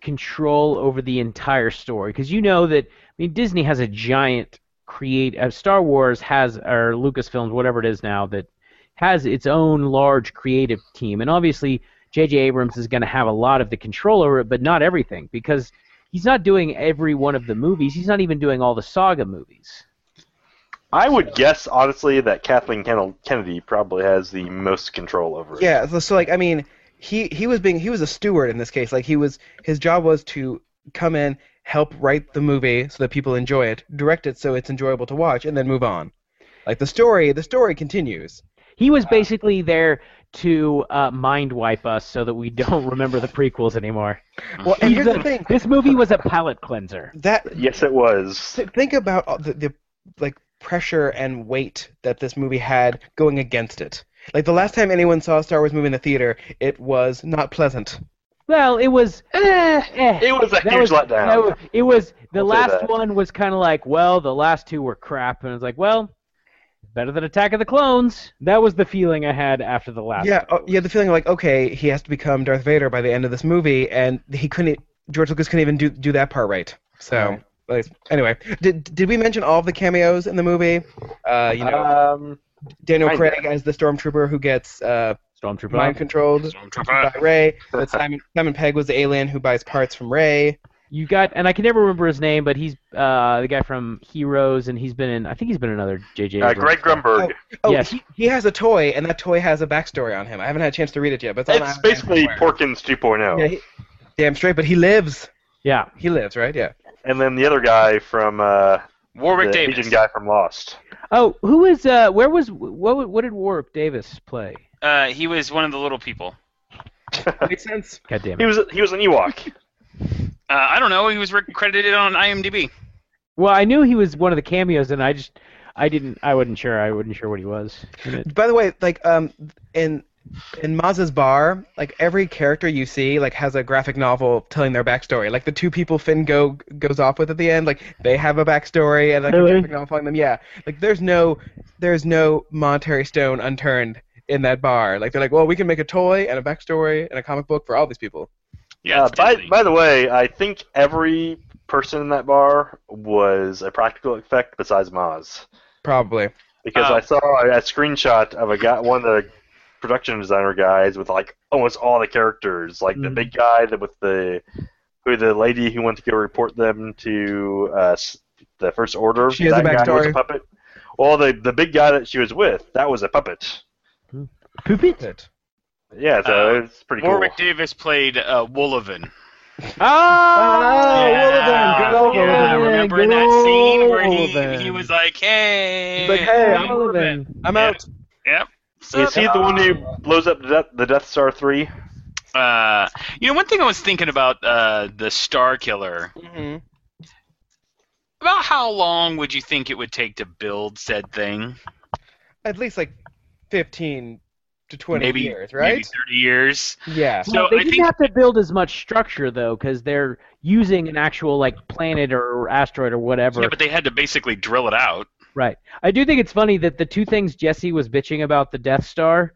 Speaker 3: control over the entire story, because you know that I mean Disney has a giant create. Uh, Star Wars has or Lucasfilms, whatever it is now, that has its own large creative team, and obviously J.J. Abrams is going to have a lot of the control over it, but not everything, because he's not doing every one of the movies. He's not even doing all the saga movies.
Speaker 4: I would guess honestly that Kathleen Ken- Kennedy probably has the most control over it.
Speaker 1: Yeah, so, so like I mean, he he was being he was a steward in this case. Like he was his job was to come in, help write the movie so that people enjoy it, direct it so it's enjoyable to watch, and then move on. Like the story, the story continues.
Speaker 3: He was basically there to uh, mind wipe us so that we don't remember the prequels anymore.
Speaker 1: Well, and here's the thing
Speaker 3: This movie was a palate cleanser.
Speaker 1: that
Speaker 4: Yes, it was.
Speaker 1: th- think about all the, the like pressure and weight that this movie had going against it. Like the last time anyone saw a Star Wars movie in the theater, it was not pleasant.
Speaker 3: Well, it was. eh,
Speaker 4: It was a
Speaker 3: that
Speaker 4: huge
Speaker 3: was-
Speaker 4: letdown.
Speaker 3: that was- it was the
Speaker 4: I'll say
Speaker 3: last
Speaker 4: that.
Speaker 3: one was kind of like, well, the last two were crap, and it's like, well, better than Attack of the Clones. That was the feeling I had after the last.
Speaker 1: Yeah,
Speaker 3: one.
Speaker 1: oh, yeah. The feeling like, okay, he has to become Darth Vader by the end of this movie, and he couldn't. e, George Lucas couldn't even do do that part right. So, like, anyway, did did we mention all of the cameos in the movie? Uh, you know,
Speaker 4: Um,
Speaker 1: Daniel
Speaker 4: kinda.
Speaker 1: Craig as the stormtrooper who gets uh,
Speaker 3: Stormtrooper.
Speaker 1: mind controlled
Speaker 2: uh,
Speaker 1: by Ray. But Simon Simon Pegg was the alien who buys parts from Ray.
Speaker 3: You got, and I can never remember his name, but he's uh, the guy from Heroes, and he's been in. I think he's been in another JJ.
Speaker 4: uh,
Speaker 3: Abrams
Speaker 4: Greg
Speaker 3: film.
Speaker 4: Grumberg.
Speaker 1: Oh,
Speaker 3: Yes.
Speaker 1: he, he has a toy, and that toy has a backstory on him. I haven't had a chance to read it yet, but it's, on
Speaker 4: It's
Speaker 1: Amazon
Speaker 4: basically
Speaker 1: somewhere.
Speaker 4: Porkins oh.
Speaker 1: Yeah,
Speaker 4: 2.0.
Speaker 1: he, damn straight. But he lives.
Speaker 3: Yeah.
Speaker 1: He lives, right? Yeah.
Speaker 4: And then the other guy from uh,
Speaker 2: Warwick
Speaker 4: the
Speaker 2: Davis.
Speaker 4: Asian guy from Lost.
Speaker 3: Oh, who is? Uh, where was? What? What did Warwick Davis play?
Speaker 6: Uh, he was one of the little people.
Speaker 1: Makes sense.
Speaker 3: God damn it.
Speaker 4: He was he was an Ewok.
Speaker 6: Uh, I don't know. He was re- credited on IMDb.
Speaker 3: Well, I knew he was one of the cameos, and I just, I didn't, I wasn't sure. I wasn't sure what he was. in it.
Speaker 1: By the way, like um, in in Maz's bar, like every character you see, like has a graphic novel telling their backstory. Like the two people Finn go goes off with at the end, like they have a backstory and like a
Speaker 3: Really?
Speaker 1: graphic novel following them. Yeah, like there's no there's no monetary stone unturned in that bar. Like they're like, well, we can make a toy and a backstory and a comic book for all these people.
Speaker 2: Yeah.
Speaker 4: Uh,
Speaker 2: it's
Speaker 4: by,
Speaker 2: Disney.
Speaker 4: by the way, I think every person in that bar was a practical effect besides Maz.
Speaker 1: Probably.
Speaker 4: Because
Speaker 2: Oh.
Speaker 4: I saw a, a screenshot of a guy, one of the production designer guys with like almost all the characters, like
Speaker 2: Hmm.
Speaker 4: the
Speaker 3: Mhm.
Speaker 4: big guy that with the who the lady who went to go report them to uh, s- the first order.
Speaker 1: She has a
Speaker 4: that guy was
Speaker 1: backstory.
Speaker 4: a puppet. Well, the the big guy that she was with, that was a puppet.
Speaker 3: Poop it.
Speaker 4: Yeah, so
Speaker 2: Uh,
Speaker 4: it's pretty
Speaker 2: Warwick
Speaker 4: cool.
Speaker 2: Davis played uh, Wollivan.
Speaker 3: Oh, Ah!
Speaker 1: Oh,
Speaker 2: yeah,
Speaker 1: Wollivan, good old
Speaker 2: yeah,
Speaker 1: Wollivan,
Speaker 2: remember in that scene where he, he was like, "Hey,
Speaker 1: He's like, hey,
Speaker 2: I'm Wollivan."
Speaker 1: I'm
Speaker 2: Yeah.
Speaker 1: out.
Speaker 4: Is he the one who blows up the Death, the Death Star three?
Speaker 2: Uh, you know, one thing I was thinking about uh, the Star Killer About how long would you think it would take to build said thing?
Speaker 1: At least like 15 to 20
Speaker 2: maybe
Speaker 1: years,
Speaker 2: Maybe
Speaker 1: right?
Speaker 2: 30 years.
Speaker 1: Yeah.
Speaker 2: So
Speaker 3: Well, they
Speaker 2: I
Speaker 3: didn't
Speaker 2: think-
Speaker 3: have to build as much structure though, because they're using an actual like planet or asteroid or whatever.
Speaker 2: Yeah, but they had to basically drill it out.
Speaker 3: Right. I do think it's funny that the two things Jesse was bitching about the Death Star,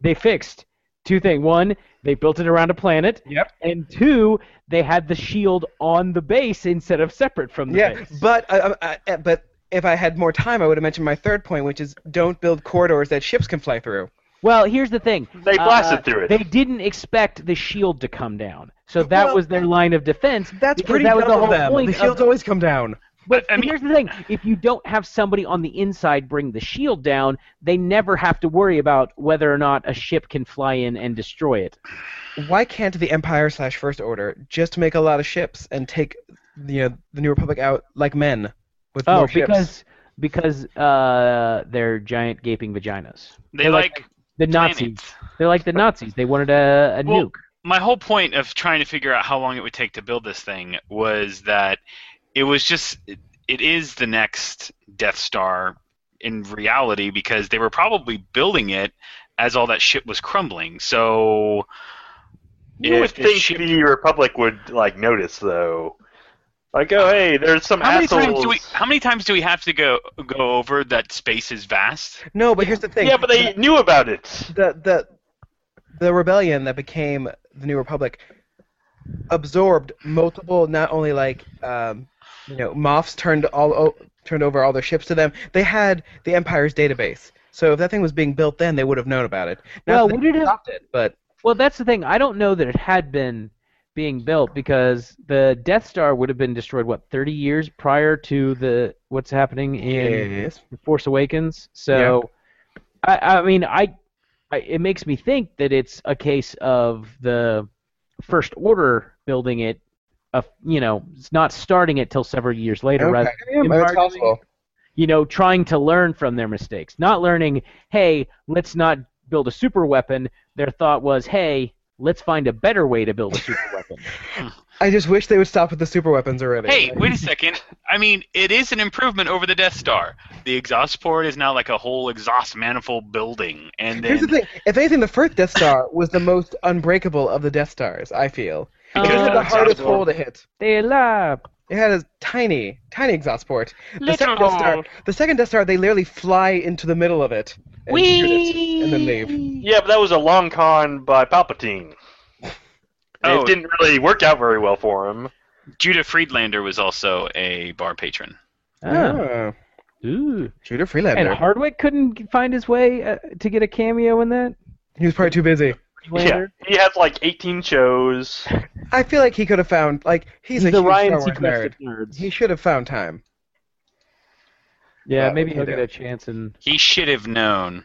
Speaker 3: they fixed. Two things. One, they built it around a planet.
Speaker 1: Yep.
Speaker 3: And two, they had the shield on the base instead of separate from the
Speaker 1: Yeah,
Speaker 3: base.
Speaker 1: but uh, uh, uh, but if I had more time, I would have mentioned my third point, which is don't build corridors that ships can fly through.
Speaker 3: Well, here's the thing. Uh,
Speaker 4: They blasted through it.
Speaker 3: They didn't expect the shield to come down. So that
Speaker 1: Well,
Speaker 3: was their line of defense.
Speaker 1: That's
Speaker 3: because
Speaker 1: pretty
Speaker 3: that was
Speaker 1: dumb
Speaker 3: the whole
Speaker 1: of them.
Speaker 3: point
Speaker 1: The
Speaker 3: of
Speaker 1: shields always come down.
Speaker 3: But
Speaker 2: I- I mean-
Speaker 3: here's the thing: if you don't have somebody on the inside bring the shield down, they never have to worry about whether or not a ship can fly in and destroy it.
Speaker 1: Why can't the Empire slash First Order just make a lot of ships and take you know the New Republic out like men with
Speaker 3: Oh,
Speaker 1: more ships?
Speaker 3: because because uh, they're giant gaping vaginas.
Speaker 2: They
Speaker 3: They're
Speaker 2: like,
Speaker 3: The
Speaker 2: planets.
Speaker 3: Nazis. They're like the Nazis. They wanted a, a
Speaker 2: Well-
Speaker 3: nuke.
Speaker 2: my whole point of trying to figure out how long it would take to build this thing was that it was just it is the next Death Star in reality because they were probably building it as all that shit was crumbling. So
Speaker 4: You would
Speaker 2: if the
Speaker 4: think
Speaker 2: ship-
Speaker 4: the Republic would like notice though. Like, oh hey, there's some
Speaker 2: how many
Speaker 4: assholes.
Speaker 2: times do we how many times do we have to go go over that space is vast?
Speaker 1: no, but here's the thing.
Speaker 4: yeah, but they knew about it.
Speaker 1: the the the rebellion that became the New Republic absorbed multiple not only like um, you know moffs turned all o- turned over all their ships to them. They had the Empire's database, so if that thing was being built then, they would have known about it. Not
Speaker 3: Well,
Speaker 1: that
Speaker 3: would
Speaker 1: they
Speaker 3: it have-
Speaker 1: stopped it? But
Speaker 3: Well, that's the thing. I don't know that it had been being built because the Death Star would have been destroyed what 30 years prior to the what's happening in The Force Awakens. So, I, I mean, I, I it makes me think that it's a case of the First Order building it. Of, you know, it's not starting it till several years later,
Speaker 1: Okay.
Speaker 3: rather
Speaker 1: Yeah, but it's possible.
Speaker 3: you know, trying to learn from their mistakes. Not learning, hey, let's not build a super weapon. Their thought was, hey, let's find a better way to build a super weapon.
Speaker 1: I just wish they would stop with the super weapons already.
Speaker 2: Hey, wait a second. I mean, it is an improvement over the Death Star. The exhaust port is now like a whole exhaust manifold building, and then
Speaker 1: Here's the thing. If anything, the first Death Star was the most unbreakable of the Death Stars. I feel it had
Speaker 2: Because of
Speaker 1: the
Speaker 2: the
Speaker 1: hardest
Speaker 2: exhaust port.
Speaker 1: hole to hit.
Speaker 3: Uh, they love.
Speaker 1: It had a tiny, tiny exhaust port. The
Speaker 5: Little
Speaker 1: second, Death Star,
Speaker 5: hole.
Speaker 1: the second Death Star, they literally fly into the middle of it and shoot it and then leave.
Speaker 4: Yeah, but that was a long con by Palpatine.
Speaker 2: Oh.
Speaker 4: It didn't really work out very well for him.
Speaker 2: Judah Friedlander was also a bar patron.
Speaker 3: Oh.
Speaker 1: Oh.
Speaker 3: Ooh.
Speaker 1: Shooter
Speaker 3: And
Speaker 1: Freelander.
Speaker 3: Hardwick couldn't find his way uh, to get a cameo in that?
Speaker 1: He was probably too busy.
Speaker 3: Later?
Speaker 4: Yeah, he had like 18 shows.
Speaker 1: I feel like he could have found like he's, a
Speaker 3: the
Speaker 1: huge Star
Speaker 3: Ryan
Speaker 1: Wars
Speaker 3: Seacrest
Speaker 1: nerd.
Speaker 3: of nerds.
Speaker 1: He should have found time.
Speaker 3: yeah,
Speaker 1: Uh,
Speaker 3: maybe
Speaker 1: he
Speaker 3: he'll
Speaker 1: did.
Speaker 3: get a chance. And
Speaker 2: He should have known.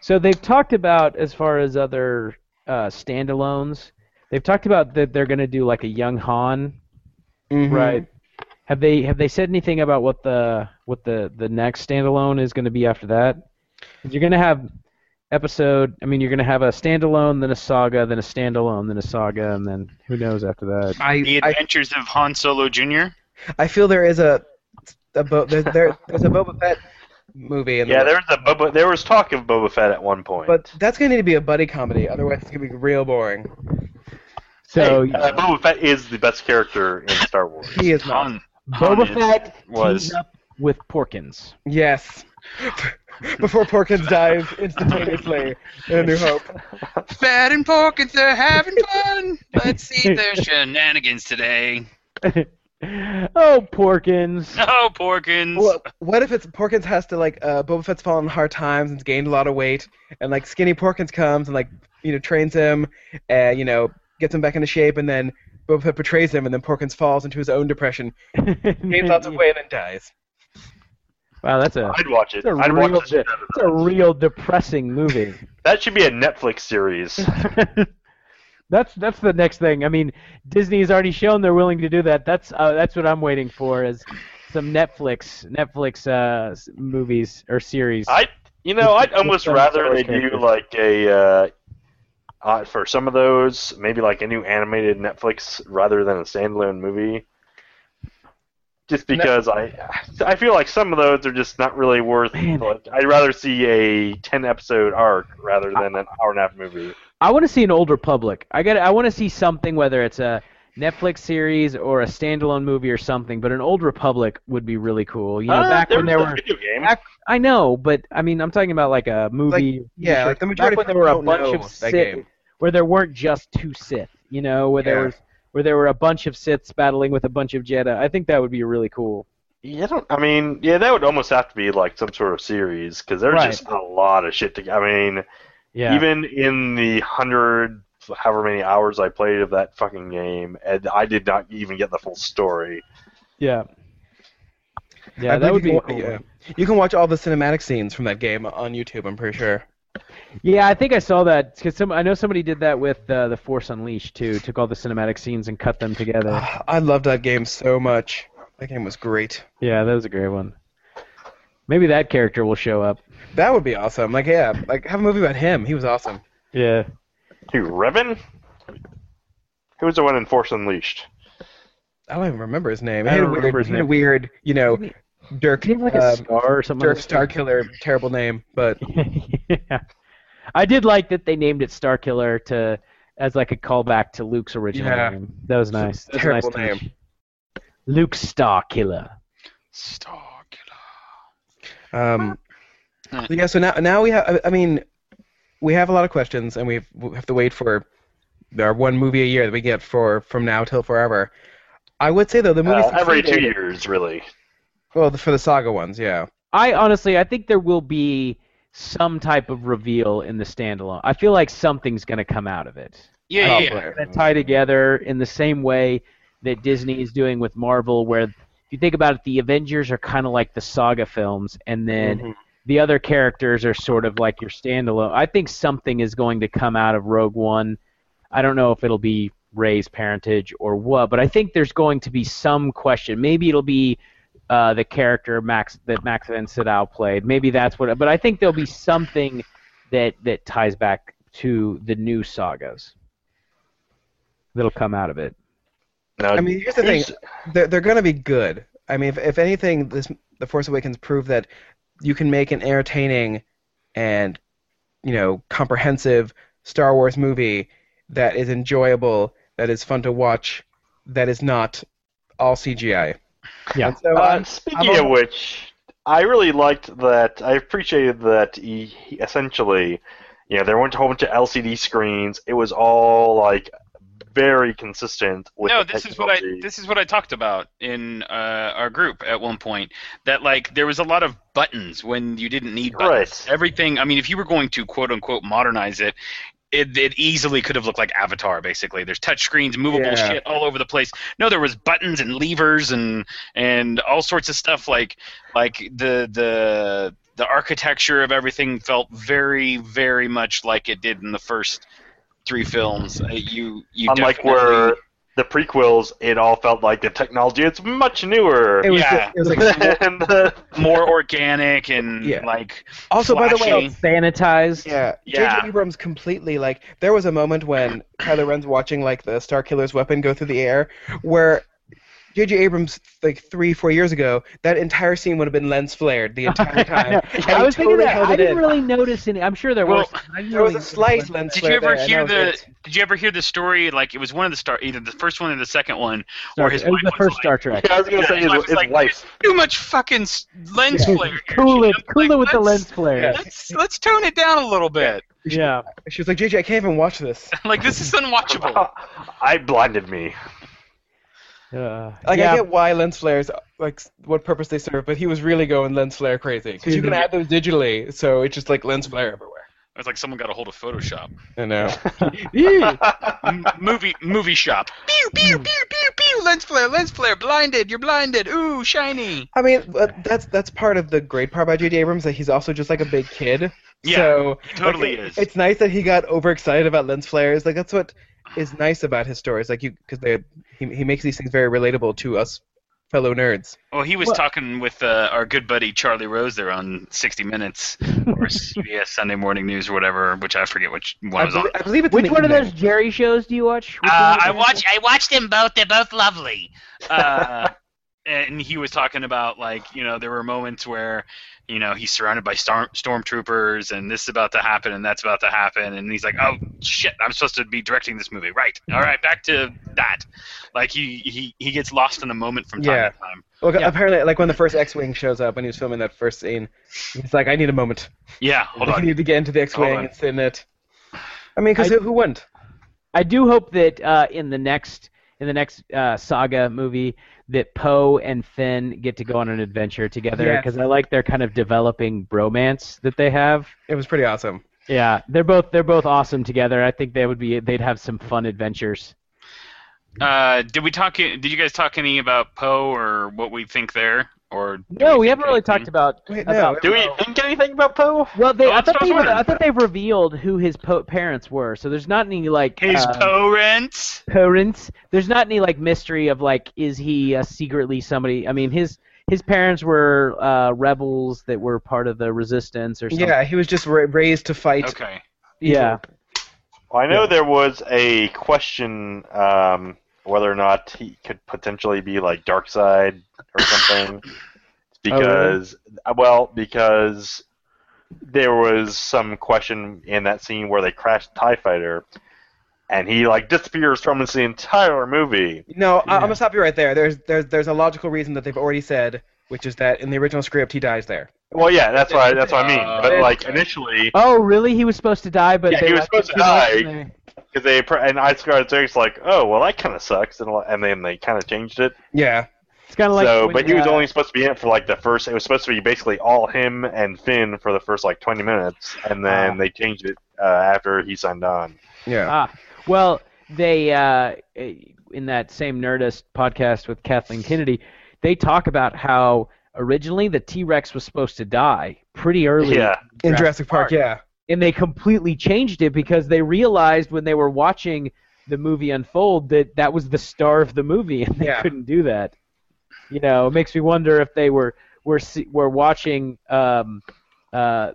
Speaker 3: so they've talked about as far as other uh, standalones. They've talked about that they're going to do like a young Han Right. Have they have they said anything about what the what the the next standalone is going to be after that? 'Cause You're going to have episode. I mean, you're going to have a standalone, then a saga, then a standalone, then a saga, and then who knows after that?
Speaker 2: The
Speaker 1: I, I
Speaker 2: Adventures of Han Solo Jr.
Speaker 1: I feel there is a a Bo- there, there there's a Boba Fett movie in
Speaker 4: Yeah,
Speaker 1: the
Speaker 4: there was a Boba, there was talk of Boba Fett at one point.
Speaker 1: but that's gonna need to be a buddy comedy, otherwise it's gonna be real boring.
Speaker 3: So
Speaker 4: Uh, Boba Fett is the best character in Star Wars.
Speaker 1: He is not.
Speaker 2: Han. Han
Speaker 3: Boba
Speaker 2: is-
Speaker 3: Fett
Speaker 2: was-
Speaker 3: teams up with Porkins.
Speaker 1: Yes. Before Porkins dies instantaneously in A New Hope.
Speaker 2: Fat and Porkins, they're having fun. Let's see their shenanigans today.
Speaker 3: oh, Porkins.
Speaker 2: No, Oh, Porkins.
Speaker 1: Well, what if it's Porkins has to like uh, Boba Fett's fallen hard times and's gained a lot of weight, and like skinny Porkins comes and like you know trains him, and you know gets him back into shape, and then Boba Fett betrays him, and then Porkins falls into his own depression, gains lots of weight, and then dies.
Speaker 3: Wow, that's a
Speaker 4: I'd watch it.
Speaker 3: that's a
Speaker 4: I'd watch the
Speaker 3: real de-
Speaker 4: shit out of
Speaker 3: that's
Speaker 4: that.
Speaker 3: a real depressing movie.
Speaker 4: That should be a Netflix series.
Speaker 3: that's that's the next thing. I mean, Disney's already shown they're willing to do that. That's uh, that's what I'm waiting for is some Netflix Netflix uh, s- movies or series.
Speaker 4: I, you know, I'd
Speaker 3: With- with
Speaker 4: almost
Speaker 3: some Star
Speaker 4: rather
Speaker 3: Wars
Speaker 4: they do
Speaker 3: characters.
Speaker 4: like a uh, uh, for some of those, maybe like a new animated Netflix rather than a standalone movie. just because I I feel like some of those are just not really worth.
Speaker 3: Man.
Speaker 4: Like, I'd rather see a ten episode arc rather than an hour and a half movie.
Speaker 3: I want to see an old Republic. I got. I want to see something, whether it's a Netflix series or a standalone movie or something. But an old Republic would be really cool. You know,
Speaker 4: Ah,
Speaker 3: back when there
Speaker 4: was a
Speaker 3: were.
Speaker 4: video game.
Speaker 3: back- I know, but I mean, I'm talking about like a movie.
Speaker 1: yeah,
Speaker 3: sure.
Speaker 1: like the majority
Speaker 3: back
Speaker 1: of
Speaker 3: when there were a
Speaker 1: people don't
Speaker 3: bunch
Speaker 1: know
Speaker 3: of
Speaker 1: that
Speaker 3: Sith,
Speaker 1: game.
Speaker 3: where there weren't just two Sith. You know, where there
Speaker 1: Yeah.
Speaker 3: was where there were a bunch of Siths battling with a bunch of Jedi. I think that would be really cool.
Speaker 4: Yeah, I don't. I mean, yeah, that would almost have to be like some sort of series because there's
Speaker 3: Right.
Speaker 4: just a lot of shit to. I mean,
Speaker 3: Yeah.
Speaker 4: even in the hundred, however many hours I played of that fucking game, and I did not even get the full story.
Speaker 3: yeah.
Speaker 1: I
Speaker 3: Yeah, that would
Speaker 1: believe
Speaker 3: be
Speaker 1: you
Speaker 3: cool.
Speaker 1: can wa- yeah. You can watch all the cinematic scenes from that game on YouTube. I'm pretty sure.
Speaker 3: Yeah, I think I saw that because some I know somebody did that with uh, the Force Unleashed too. Took all the cinematic scenes and cut them together.
Speaker 1: Ah, I loved that game so much. That game was great.
Speaker 3: yeah, that was a great one. Maybe that character will show up.
Speaker 1: That would be awesome. Like yeah, like have a movie about him. He was awesome.
Speaker 3: Yeah.
Speaker 4: Who, Revan? Who was the one in Force Unleashed?
Speaker 1: I don't even remember his name.
Speaker 3: I
Speaker 1: He had a
Speaker 3: don't
Speaker 1: weird,
Speaker 3: remember his
Speaker 1: he had a
Speaker 3: name.
Speaker 1: weird, you know, Dirk,
Speaker 3: He have like a
Speaker 1: uh,
Speaker 3: scar or something.
Speaker 1: Dirk Starkiller, terrible name, but
Speaker 3: yeah. I did like that they named it Star Killer to as like a callback to Luke's original
Speaker 1: Yeah.
Speaker 3: name. That was nice. That's a nice
Speaker 1: terrible
Speaker 3: touch. Luke Star Killer.
Speaker 1: um, yeah. So now, now we have. I mean, we have a lot of questions, and we've, we have to wait for our one movie a year that we get for from now till forever. I would say though the movie
Speaker 4: Uh, every two years, really.
Speaker 1: Well, for the saga ones, yeah.
Speaker 3: I honestly, I think there will be some type of reveal in the standalone. I feel like something's going to come out of it.
Speaker 1: Oh,
Speaker 2: Yeah, yeah, yeah.
Speaker 3: Gonna tie together in the same way that Disney is doing with Marvel, where if you think about it, the Avengers are kind of like the saga films, and then
Speaker 1: Mhm.
Speaker 3: the other characters are sort of like your standalone. I think something is going to come out of Rogue One. I don't know if it'll be Ray's parentage or what, but I think there's going to be some question. Maybe it'll be uh, the character Max that Max Van Sydow played. Maybe that's what. But I think there'll be something that that ties back to the new sagas that'll come out of it.
Speaker 4: Now,
Speaker 1: I mean, here's the thing.
Speaker 4: who's-
Speaker 1: They're, they're going to be good. I mean, if, if anything, this The Force Awakens proved that you can make an entertaining and, you know, comprehensive Star Wars movie that is enjoyable, that is fun to watch, that is not all CGI.
Speaker 3: Yeah.
Speaker 1: And so,
Speaker 4: Uh,
Speaker 1: uh,
Speaker 4: speaking
Speaker 1: I'm
Speaker 4: of which, I really liked that. I appreciated that. He, he- essentially, you know, there weren't a whole bunch of LCD screens. It was all like very consistent with.
Speaker 2: no
Speaker 4: the
Speaker 2: this is what i
Speaker 4: technology.
Speaker 2: this is what i talked about in uh, our group at one point that like there was a lot of buttons when you didn't need buttons
Speaker 4: Right.
Speaker 2: everything i mean if you were going to quote unquote modernize it it, it easily could have looked like Avatar, basically. There's touch screens, movable
Speaker 1: Yeah.
Speaker 2: shit all over the place. No, there was buttons and levers and and all sorts of stuff. Like like the the the architecture of everything felt very very much like it did in the first three films. Uh, you you
Speaker 4: Unlike
Speaker 2: definitely-
Speaker 4: where the prequels, it all felt like the technology. It's much newer.
Speaker 1: it was,
Speaker 2: yeah.
Speaker 1: just- it was like,
Speaker 4: and uh, the,
Speaker 2: more organic and
Speaker 1: Yeah.
Speaker 2: like
Speaker 1: also, by the way,
Speaker 2: Flashy.
Speaker 3: Sanitized.
Speaker 1: Yeah,
Speaker 2: Yeah.
Speaker 1: J.J. Abrams completely like there was a moment when Kylo Ren's watching like the Star Killer's weapon go through the air, where J.J. Abrams like three four years ago that entire scene would have been lens flared the entire
Speaker 3: I,
Speaker 1: time.
Speaker 3: know.
Speaker 1: and
Speaker 3: I
Speaker 1: he
Speaker 3: was thinking
Speaker 1: totally
Speaker 3: that.
Speaker 1: held
Speaker 3: I
Speaker 1: it
Speaker 3: didn't
Speaker 1: in.
Speaker 3: really notice any. I'm sure there
Speaker 2: Well,
Speaker 3: was. I didn't
Speaker 1: There was a
Speaker 3: really-
Speaker 1: slight lens
Speaker 2: did you
Speaker 1: flare.
Speaker 2: ever
Speaker 1: there, and
Speaker 2: hear
Speaker 1: that was
Speaker 2: the
Speaker 1: it.
Speaker 2: did you ever hear the story like it was one of the star either the first one or the second one
Speaker 3: Star-
Speaker 2: or his
Speaker 3: it was
Speaker 2: wife
Speaker 3: the first
Speaker 2: was
Speaker 3: Star Trek.
Speaker 4: yeah, I was gonna
Speaker 2: Yeah,
Speaker 4: say
Speaker 2: his
Speaker 4: his,
Speaker 2: wife was
Speaker 4: his
Speaker 2: like,
Speaker 4: wife.
Speaker 2: like, too much fucking s- lens flare here."
Speaker 3: Cool it,
Speaker 2: I'm
Speaker 3: cool it
Speaker 2: like,
Speaker 3: with the
Speaker 2: "Let's-
Speaker 3: lens flare.
Speaker 2: let's let's tone it down a little bit
Speaker 3: Yeah.
Speaker 1: She was like J.J. I can't even watch this.
Speaker 2: like this is unwatchable
Speaker 4: I blinded me.
Speaker 3: Uh,
Speaker 1: Like
Speaker 3: yeah.
Speaker 1: I get why lens flares like s- what purpose they serve, but he was really going lens flare crazy because you can
Speaker 3: Mhm.
Speaker 1: add those digitally, so it's just like lens flare everywhere.
Speaker 2: it's like someone got a hold of photoshop
Speaker 1: I know.
Speaker 2: M- movie movie shop pew
Speaker 3: Hmm.
Speaker 2: pew pew pew pew lens flare lens flare blinded you're blinded ooh shiny
Speaker 1: I mean, but that's that's part of the great part about J.J. Abrams that he's also just like a big kid.
Speaker 2: Yeah,
Speaker 1: so
Speaker 2: he totally
Speaker 1: like,
Speaker 2: is.
Speaker 1: It's nice that he got overexcited about lens flares. Like that's what is nice about his stories. Like you, because they he he makes these things very relatable to us fellow nerds.
Speaker 2: Well, he was
Speaker 3: Well-
Speaker 2: talking with uh, our good buddy Charlie Rose there on 60 Minutes or CBS Sunday Morning News or whatever, which I forget which one
Speaker 1: I,
Speaker 2: was on.
Speaker 1: belie- I believe it's in
Speaker 3: Which
Speaker 1: the
Speaker 3: one of
Speaker 1: email.
Speaker 3: those Jerry shows do you watch? Which
Speaker 2: Uh,
Speaker 3: one of those-
Speaker 2: I watch. I watch them both. They're both lovely. Uh,
Speaker 6: and he was talking about like you know there were moments where you know he's surrounded by storm stormtroopers and this is about to happen and that's about to happen and he's like oh shit i'm supposed to be directing this movie right all right back to that like he he, he gets lost in the moment from time
Speaker 1: Yeah.
Speaker 6: to time
Speaker 1: Well,
Speaker 3: Yeah.
Speaker 1: apparently, like when the first X-wing shows up when he was filming that first scene, he's like, "I need a moment.
Speaker 6: yeah hold
Speaker 1: I
Speaker 6: on
Speaker 1: need to get into the X-wing
Speaker 6: on.
Speaker 1: and sit in it." I mean, because
Speaker 3: I-
Speaker 1: who, who wouldn't?
Speaker 3: I do hope that uh, in the next in the next uh, saga movie that Poe and Finn get to go on an adventure together
Speaker 1: Yes.
Speaker 3: because I like their kind of developing bromance that they have.
Speaker 1: It was pretty awesome.
Speaker 3: Yeah, they're both they're both awesome together. I think they would be they'd have some fun adventures.
Speaker 6: Uh, did we talk? Did you guys talk any about Poe or what we think there? Or do
Speaker 3: No, we haven't really
Speaker 6: anything?
Speaker 4: Mm-hmm.
Speaker 3: talked about.
Speaker 1: Wait,
Speaker 3: About-
Speaker 1: no,
Speaker 4: Do we think anything about Poe?
Speaker 3: Well, they,
Speaker 6: Oh,
Speaker 3: I
Speaker 6: that's
Speaker 3: thought
Speaker 6: what I was
Speaker 3: they re-
Speaker 6: wondering.
Speaker 3: I thought they revealed who his po- parents were. So there's not any like
Speaker 6: his
Speaker 3: um,
Speaker 6: parents.
Speaker 3: parents. There's not any like mystery of like is he uh, secretly somebody? I mean his his parents were uh, rebels that were part of the resistance or something.
Speaker 1: yeah, he was just ra- raised to fight.
Speaker 6: Okay.
Speaker 3: yeah.
Speaker 4: Well, I know there was a question um, whether or not he could potentially be like dark side or something because
Speaker 6: Oh,
Speaker 4: uh, well because there was some question in that scene where they crashed tie fighter and he like disappears from us the entire movie
Speaker 1: No, I, I'm
Speaker 3: Yeah.
Speaker 1: gonna stop you right there. There's there's there's a logical reason that they've already said, which is that in the original script he dies there.
Speaker 4: well yeah that's what I, that's what i mean but
Speaker 6: Uh,
Speaker 4: like
Speaker 6: okay.
Speaker 4: initially
Speaker 3: Oh really? He was supposed to die, but
Speaker 4: Yeah,
Speaker 3: they
Speaker 4: he was
Speaker 3: left him
Speaker 4: supposed to
Speaker 3: too much
Speaker 4: die.
Speaker 3: in there.
Speaker 4: because they pr- and i scarred like oh well that kind of sucks and, and then they kind of changed it
Speaker 1: Yeah.
Speaker 3: It's kind of like
Speaker 4: so,
Speaker 3: when,
Speaker 4: but he was
Speaker 3: uh,
Speaker 4: only supposed to be in it for like the first. It was supposed to be basically all him and Finn for the first like 20 minutes, and then
Speaker 3: Ah.
Speaker 4: they changed it uh, after he signed on.
Speaker 1: Yeah.
Speaker 3: Ah, well, they uh, in that same Nerdist podcast with Kathleen Kennedy, they talk about how originally the T Rex was supposed to die pretty early,
Speaker 4: Yeah,
Speaker 1: in
Speaker 3: Jurassic
Speaker 1: Jurassic Park,
Speaker 3: Park.
Speaker 1: yeah.
Speaker 3: and they completely changed it because they realized when they were watching the movie unfold that that was the star of the movie, and they
Speaker 1: Yeah.
Speaker 3: couldn't do that. You know, it makes me wonder if they were were se- were watching um uh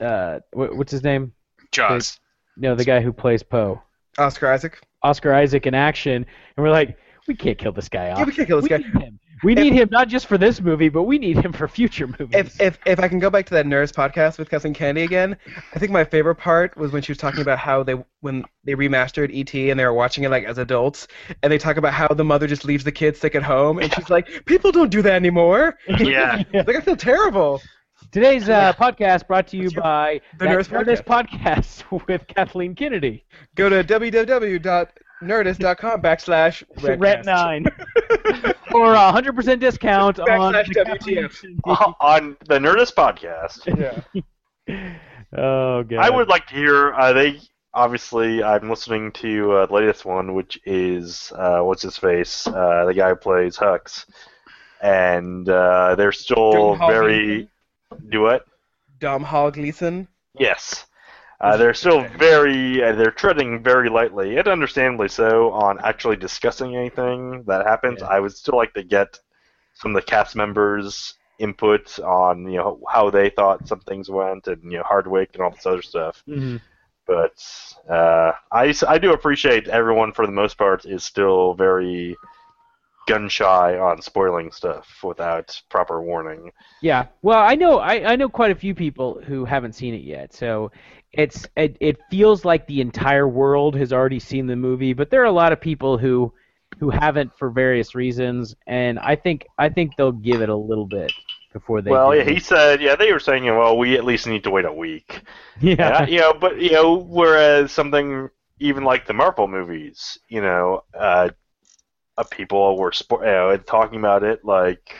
Speaker 3: uh wh- what's his name?
Speaker 6: Jaws.
Speaker 3: No, the guy who plays Poe.
Speaker 1: Oscar Isaac.
Speaker 3: Oscar Isaac in action, and we're like, we can't kill this guy off.
Speaker 1: Yeah, we can't kill this
Speaker 3: We
Speaker 1: guy.
Speaker 3: Need him. We need him not just for this movie, but we need him for future movies.
Speaker 1: If, if if I can go back to that Nerds podcast with Kathleen Kennedy again, I think my favorite part was when she was talking about how they when they remastered E.T. and they were watching it like as adults, and they talk about how the mother just leaves the kids sick at home, and she's like, "People don't do that anymore."
Speaker 6: Yeah.
Speaker 1: Like I feel terrible.
Speaker 3: Today's uh, podcast brought to you by
Speaker 1: The
Speaker 3: that
Speaker 1: Nerdist
Speaker 3: Nerdist podcast with Kathleen Kennedy.
Speaker 1: Go to www.nerdist.com backslash
Speaker 3: Rent nine for a hundred percent discount on
Speaker 1: Backslash
Speaker 3: the Kathleen
Speaker 1: WTF.
Speaker 3: Kennedy-
Speaker 4: on the Nerdist podcast,
Speaker 1: Yeah.
Speaker 3: Oh god!
Speaker 4: I would like to hear. Uh, they obviously, I'm listening to uh, the latest one, which is uh, what's his face, uh, the guy who plays Hux, and uh, they're still
Speaker 1: Jordan Hall
Speaker 4: very. Do what?
Speaker 1: Dom Hall Gleason.
Speaker 4: Yes. Uh, they're still very, uh, they're treading very lightly, and understandably so, on actually discussing anything that happens. I would still like to get some of the cast members' input on, you know, how they thought some things went, and you know, Hardwick and all this other stuff.
Speaker 3: Mhm.
Speaker 4: But uh, I, s- I do appreciate everyone for the most part is still very gun shy on spoiling stuff without proper warning.
Speaker 3: Yeah. Well, I know I, I know quite a few people who haven't seen it yet. So it's it, it feels like the entire world has already seen the movie, but there are a lot of people who who haven't for various reasons, and I think I think they'll give it a little bit before they.
Speaker 4: well,
Speaker 3: do.
Speaker 4: yeah, he said, yeah, they were saying, well, we at least need to wait a week. Yeah,
Speaker 3: yeah.
Speaker 4: you know, but you know, whereas something even like the Marvel movies, you know, uh, uh people were spo- you know, talking about it like,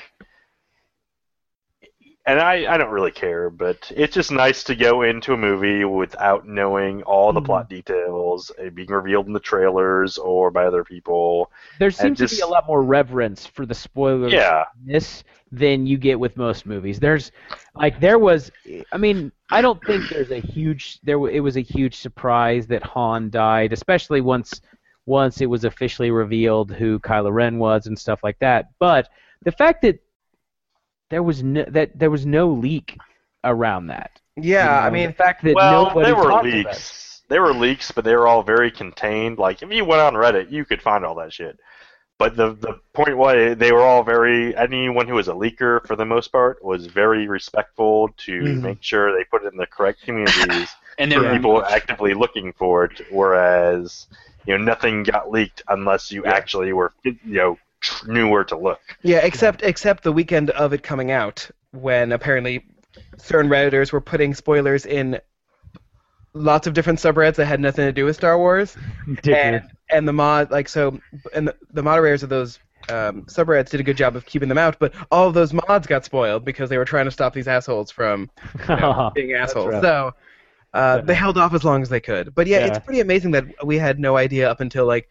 Speaker 4: and I I don't really care, but it's just nice to go into a movie without knowing all the
Speaker 3: Mhm.
Speaker 4: plot details uh, being revealed in the trailers or by other people.
Speaker 3: There seems to be
Speaker 4: just-
Speaker 3: a lot more reverence for the spoilers
Speaker 4: Yeah,
Speaker 3: in this than you get with most movies. There's like there was I mean, I don't think there's a huge there wa- it was a huge surprise that Han died, especially once once it was officially revealed who Kylo Ren was and stuff like that. But the fact that there was no, that there was no leak around that. you
Speaker 1: Yeah, I
Speaker 3: know,
Speaker 1: mean,
Speaker 3: the fact that
Speaker 4: well,
Speaker 3: nobody
Speaker 4: there were
Speaker 3: talked about it.
Speaker 4: leaks. There were leaks, but they were all very contained. Like if you went on Reddit, you could find all that shit. But the the point was they were all very anyone who was a leaker for the most part was very respectful to
Speaker 3: Mm-hmm.
Speaker 1: Mhm.
Speaker 4: make sure they put it in the correct communities
Speaker 6: And
Speaker 4: for
Speaker 6: then
Speaker 4: people actively looking for it, whereas you know nothing got leaked unless you actually were you know tr- knew where to look.
Speaker 1: Yeah, except except the weekend of it coming out, when apparently certain redditors were putting spoilers in lots of different subreddits that had nothing to do with Star Wars, and and the mod like so, and the, the moderators of those um, subreddits did a good job of keeping them out, but all of those mods got spoiled because they were trying to stop these assholes from being assholes.
Speaker 3: rough.
Speaker 1: So. Uh,
Speaker 3: Yeah.
Speaker 1: They held off as long as they could, but yeah,
Speaker 3: Yeah.
Speaker 1: it's pretty amazing that we had no idea up until like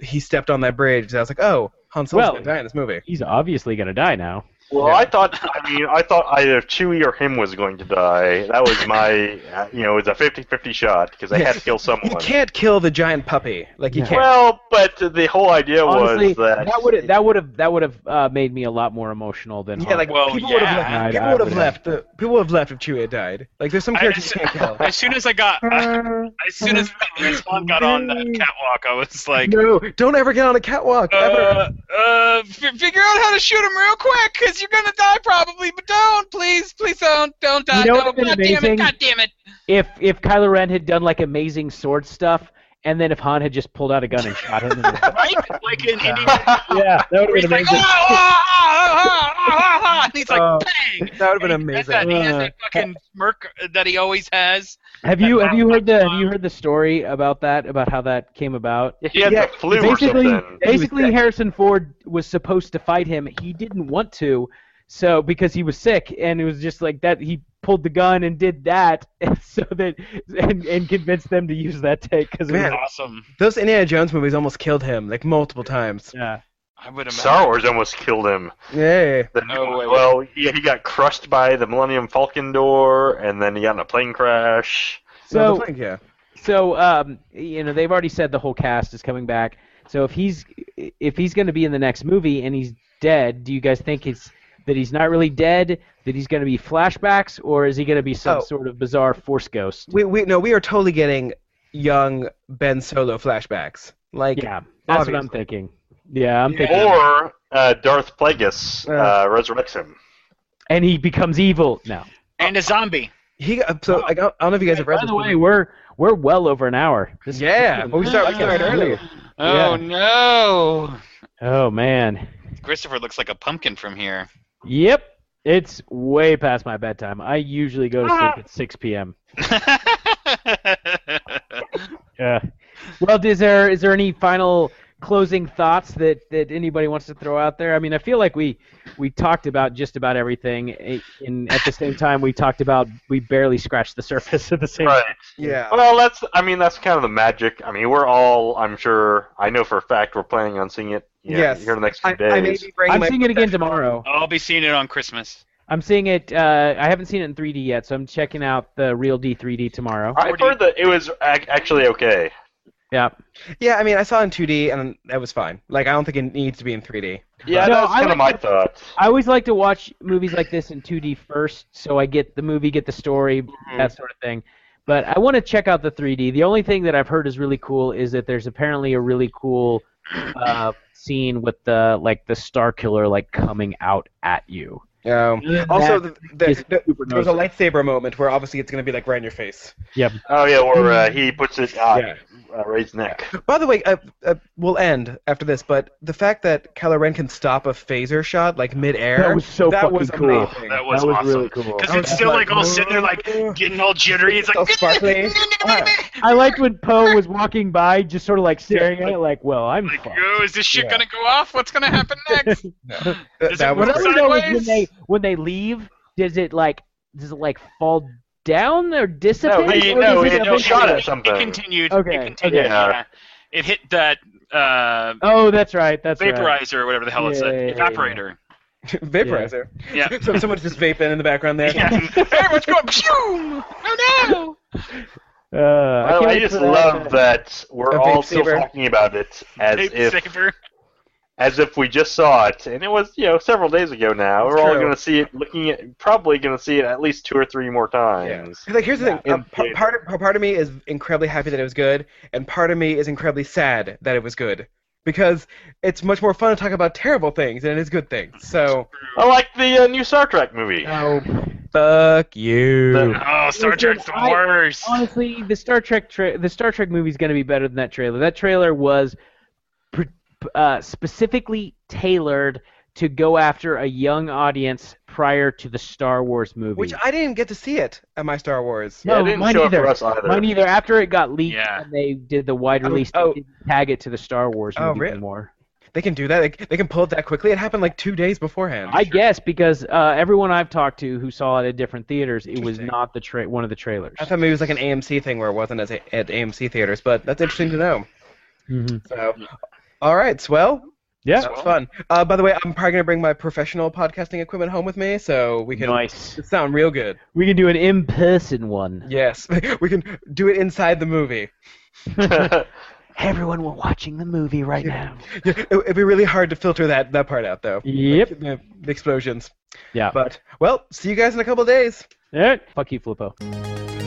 Speaker 1: he stepped on that bridge. I was like, "Oh, Han Solo's
Speaker 3: Well-
Speaker 1: gonna die in this movie."
Speaker 3: He's obviously gonna die now.
Speaker 4: Well,
Speaker 1: Yeah.
Speaker 4: I thought I mean I thought either Chewie or him was going to die. That was my uh, you know it was a 50-50 shot because they had to kill someone.
Speaker 1: You can't kill the giant puppy. Like you
Speaker 3: Yeah.
Speaker 1: can't.
Speaker 4: Well, but the whole idea
Speaker 3: Honestly,
Speaker 4: was that
Speaker 3: would that would have that would have uh, made me a lot more emotional than
Speaker 1: yeah,
Speaker 3: Han.
Speaker 1: like
Speaker 6: Well,
Speaker 1: people would
Speaker 6: yeah.
Speaker 1: have left.
Speaker 3: I-
Speaker 1: People
Speaker 3: I
Speaker 1: would have
Speaker 3: would've-
Speaker 1: left. The, people would have left if Chewie had died. Like there's some
Speaker 6: I
Speaker 1: characters
Speaker 6: just-
Speaker 1: you can't kill.
Speaker 6: as soon as I got
Speaker 1: "Uh,
Speaker 6: as soon as Respawn got on the catwalk, I was like,
Speaker 1: no, don't ever get on a catwalk ever.
Speaker 2: Uh, uh, f- figure out how to shoot him real quick, cause you're gonna die probably. But don't, please, please don't, don't die.
Speaker 3: You know
Speaker 2: don't.
Speaker 3: what's been
Speaker 2: God damn
Speaker 3: amazing?
Speaker 2: it! God damn it!
Speaker 3: if if Kylo Ren had done like amazing sword stuff, and then if Han had just pulled out a gun and shot him, in the
Speaker 6: right? Like in Indiana
Speaker 3: yeah, that would
Speaker 2: He's
Speaker 3: have been
Speaker 2: like,
Speaker 3: amazing.
Speaker 2: "Ah, ah, ah, ah, ah, ah," and he's like,
Speaker 3: Oh.
Speaker 2: bang!
Speaker 1: That would have been
Speaker 2: And he does
Speaker 1: amazing.
Speaker 2: That, he has
Speaker 3: Uh,
Speaker 2: that fucking smirk that he always has.
Speaker 3: Have you have you heard the have you heard the story about that about how that came about?
Speaker 4: he had
Speaker 1: yeah,
Speaker 4: the flu or
Speaker 3: basically,
Speaker 4: something.
Speaker 1: He
Speaker 3: basically
Speaker 1: was sick.
Speaker 3: Harrison Ford was supposed to fight him. He didn't want to, so because he was sick, and it was just like that. He pulled the gun and did that, and so that and, and convinced them to use that take because it was
Speaker 1: Man.
Speaker 6: awesome.
Speaker 1: Those Indiana Jones movies almost killed him like multiple times.
Speaker 3: yeah.
Speaker 6: I would imagine.
Speaker 4: Star Wars almost killed him.
Speaker 1: Yeah.
Speaker 4: The
Speaker 2: Oh,
Speaker 4: new-
Speaker 2: wait, wait.
Speaker 4: well, yeah, he got crushed by the Millennium Falcon door, and then he got in a plane crash.
Speaker 1: So
Speaker 3: So
Speaker 1: the thing, yeah.
Speaker 3: So um, you know they've already said the whole cast is coming back. So if he's if he's going to be in the next movie and he's dead, do you guys think it's that he's not really dead? That he's going to be flashbacks, or is he going to be some
Speaker 1: Oh.
Speaker 3: sort of bizarre force ghost?
Speaker 1: We we no we are totally getting young Ben Solo flashbacks. Like
Speaker 3: yeah, that's what I'm
Speaker 1: obviously.
Speaker 3: thinking. Yeah, I'm thinking,
Speaker 4: Or uh, Darth Plagueis uh, resurrects him.
Speaker 3: and he becomes evil now.
Speaker 6: and a zombie.
Speaker 1: he got- so like, I don't I don't know if you guys have read
Speaker 3: By
Speaker 1: this.
Speaker 3: the way,
Speaker 1: but-
Speaker 3: we're we're well over an hour. This-
Speaker 1: yeah, well, we started we started earlier.
Speaker 6: Oh no!
Speaker 3: Oh man.
Speaker 6: Christopher looks like a pumpkin from here.
Speaker 3: Yep. It's way past my bedtime. I usually go to
Speaker 1: Ah.
Speaker 3: sleep at 6 p.m. Yeah. Well, is there is there any final closing thoughts that, that anybody wants to throw out there? I mean, I feel like we we talked about just about everything, eh, and at the same time, we talked about we barely scratched the surface at the same.
Speaker 4: Right.
Speaker 1: Yeah.
Speaker 4: Well, that's. I mean, that's kind of the magic. I mean, we're all. I'm sure. I know for a fact we're planning on seeing it. You know,
Speaker 1: Yes.
Speaker 4: Here in the next few
Speaker 1: I,
Speaker 4: days.
Speaker 1: I may be bringing
Speaker 3: I'm
Speaker 1: my
Speaker 3: seeing it again tomorrow.
Speaker 6: I'll be seeing it on Christmas.
Speaker 3: I'm seeing it. Uh, I haven't seen it in 3D yet, so I'm checking out the real D3D tomorrow.
Speaker 4: I've heard that it was ac- actually okay.
Speaker 3: Yeah.
Speaker 1: Yeah, I mean, I saw it in 2D and that was fine. Like, I don't think it needs to be in 3D.
Speaker 4: Yeah,
Speaker 3: No,
Speaker 4: that's
Speaker 3: I
Speaker 4: kind of my
Speaker 3: like
Speaker 4: thought.
Speaker 3: I always like to watch movies like this in 2D first, so I get the movie, get the story, that sort of thing. But I want to check out the 3D. The only thing that I've heard is really cool is that there's apparently a really cool uh, scene with the like the Star Killer like coming out at you.
Speaker 1: Um, also, the, the,
Speaker 3: is
Speaker 1: the,
Speaker 3: super
Speaker 1: there was a
Speaker 3: nosy.
Speaker 1: lightsaber moment where obviously it's going to be like right in your face.
Speaker 4: Oh yeah, or uh, he puts it on
Speaker 1: Mm-hmm. Yeah.
Speaker 4: uh, Ray's neck.
Speaker 1: By the way, uh, uh, we'll end after this, but the fact that Kylo Ren can stop a phaser shot like midair
Speaker 3: That was so
Speaker 1: that
Speaker 3: fucking
Speaker 1: was
Speaker 3: cool.
Speaker 1: amazing.
Speaker 6: That was, awesome.
Speaker 3: cool.
Speaker 6: Because
Speaker 1: I
Speaker 6: it's
Speaker 1: was
Speaker 6: still
Speaker 1: like,
Speaker 6: like all sitting there like getting all jittery. It's
Speaker 1: so
Speaker 6: like
Speaker 1: sparkly. Ah,
Speaker 3: Uh, I liked when Poe was walking by, just sort of like staring at it, like, "Well, I'm."
Speaker 6: like,
Speaker 3: fucked."
Speaker 6: oh, is this shit
Speaker 1: Yeah.
Speaker 6: gonna go off? What's gonna happen next?
Speaker 1: that, that was
Speaker 3: What I
Speaker 1: great.
Speaker 3: want to know is when
Speaker 6: Sideways?
Speaker 3: they when they leave, does it like does it like fall down or dissipate?
Speaker 4: No, he-
Speaker 3: or
Speaker 4: no,
Speaker 3: does
Speaker 4: he-
Speaker 3: it
Speaker 4: no, shot
Speaker 3: eventually-
Speaker 4: at something.
Speaker 6: It continued.
Speaker 3: Okay,
Speaker 6: It continued.
Speaker 4: okay.
Speaker 6: Yeah. It hit that uh,
Speaker 3: Oh, that's right. That's right.
Speaker 6: vaporizer or whatever the hell it's
Speaker 3: Yeah,
Speaker 6: a
Speaker 3: yeah, yeah, yeah.
Speaker 6: evaporator.
Speaker 1: Vaporizer.
Speaker 6: Yeah.
Speaker 1: so someone's just vaping in the background there.
Speaker 6: Yeah. hey, what's going? Pshoom! Oh no!
Speaker 3: Uh, I,
Speaker 4: I,
Speaker 3: can't
Speaker 4: I
Speaker 3: wait
Speaker 4: just
Speaker 3: for that.
Speaker 4: love that we're
Speaker 1: A
Speaker 4: all
Speaker 1: vape
Speaker 4: still
Speaker 1: saber.
Speaker 4: talking about it as
Speaker 6: Tape
Speaker 4: if
Speaker 6: saver.
Speaker 4: as if we just saw it, and it was you know several days ago now.
Speaker 1: That's
Speaker 4: we're all
Speaker 1: true.
Speaker 4: going to see it, looking at probably going to see it at least two or three more times.
Speaker 1: Like here's the thing.
Speaker 4: Yeah.
Speaker 1: Um, pa- part of, part of me is incredibly happy that it was good, and part of me is incredibly sad that it was good. because it's much more fun to talk about terrible things than it is good things. So
Speaker 4: I like the uh, new Star Trek movie.
Speaker 1: no, fuck you.
Speaker 6: Oh, Star
Speaker 3: Listen,
Speaker 6: Trek's the
Speaker 3: I-
Speaker 6: worst.
Speaker 3: Honestly, the Star Trek tra- the Star Trek movie is going to be better than that trailer. That trailer was pr- p- uh, specifically tailored to go after a young audience prior to the Star Wars movie.
Speaker 1: Which I didn't get to see it at my Star Wars.
Speaker 4: Yeah,
Speaker 3: No,
Speaker 4: it didn't
Speaker 3: mine
Speaker 4: show
Speaker 3: either.
Speaker 4: up for us either.
Speaker 3: Mine either. After it got leaked
Speaker 6: Yeah.
Speaker 3: and they did the wide
Speaker 1: Oh,
Speaker 3: release,
Speaker 1: oh.
Speaker 3: they didn't tag it to the Star Wars
Speaker 1: Oh,
Speaker 3: movie
Speaker 1: really?
Speaker 3: anymore.
Speaker 1: They can do that. They, they can pull it that quickly. It happened like two days beforehand.
Speaker 3: I guess because uh, everyone I've talked to who saw it at different theaters, it was
Speaker 1: Interesting.
Speaker 3: not the tra- one of the trailers.
Speaker 1: I thought maybe it was like an AMC thing where it wasn't as a, at AMC theaters, but that's interesting to know.
Speaker 3: Mhm.
Speaker 1: So, all right, swell.
Speaker 3: Yeah.
Speaker 1: that was fun. Uh, by the way, I'm probably gonna bring my professional podcasting equipment home with me, so we can
Speaker 3: Nice.
Speaker 1: sound real good.
Speaker 3: We can do an in-person one.
Speaker 1: Yes, we can do it inside the movie.
Speaker 3: Everyone, we're watching the movie right now.
Speaker 1: Yeah, it, it'd be really hard to filter that that part out though.
Speaker 3: Yep.
Speaker 1: The the explosions.
Speaker 3: Yeah.
Speaker 1: But well, see you guys in a couple days.
Speaker 3: All right. Fuck you, Flippo.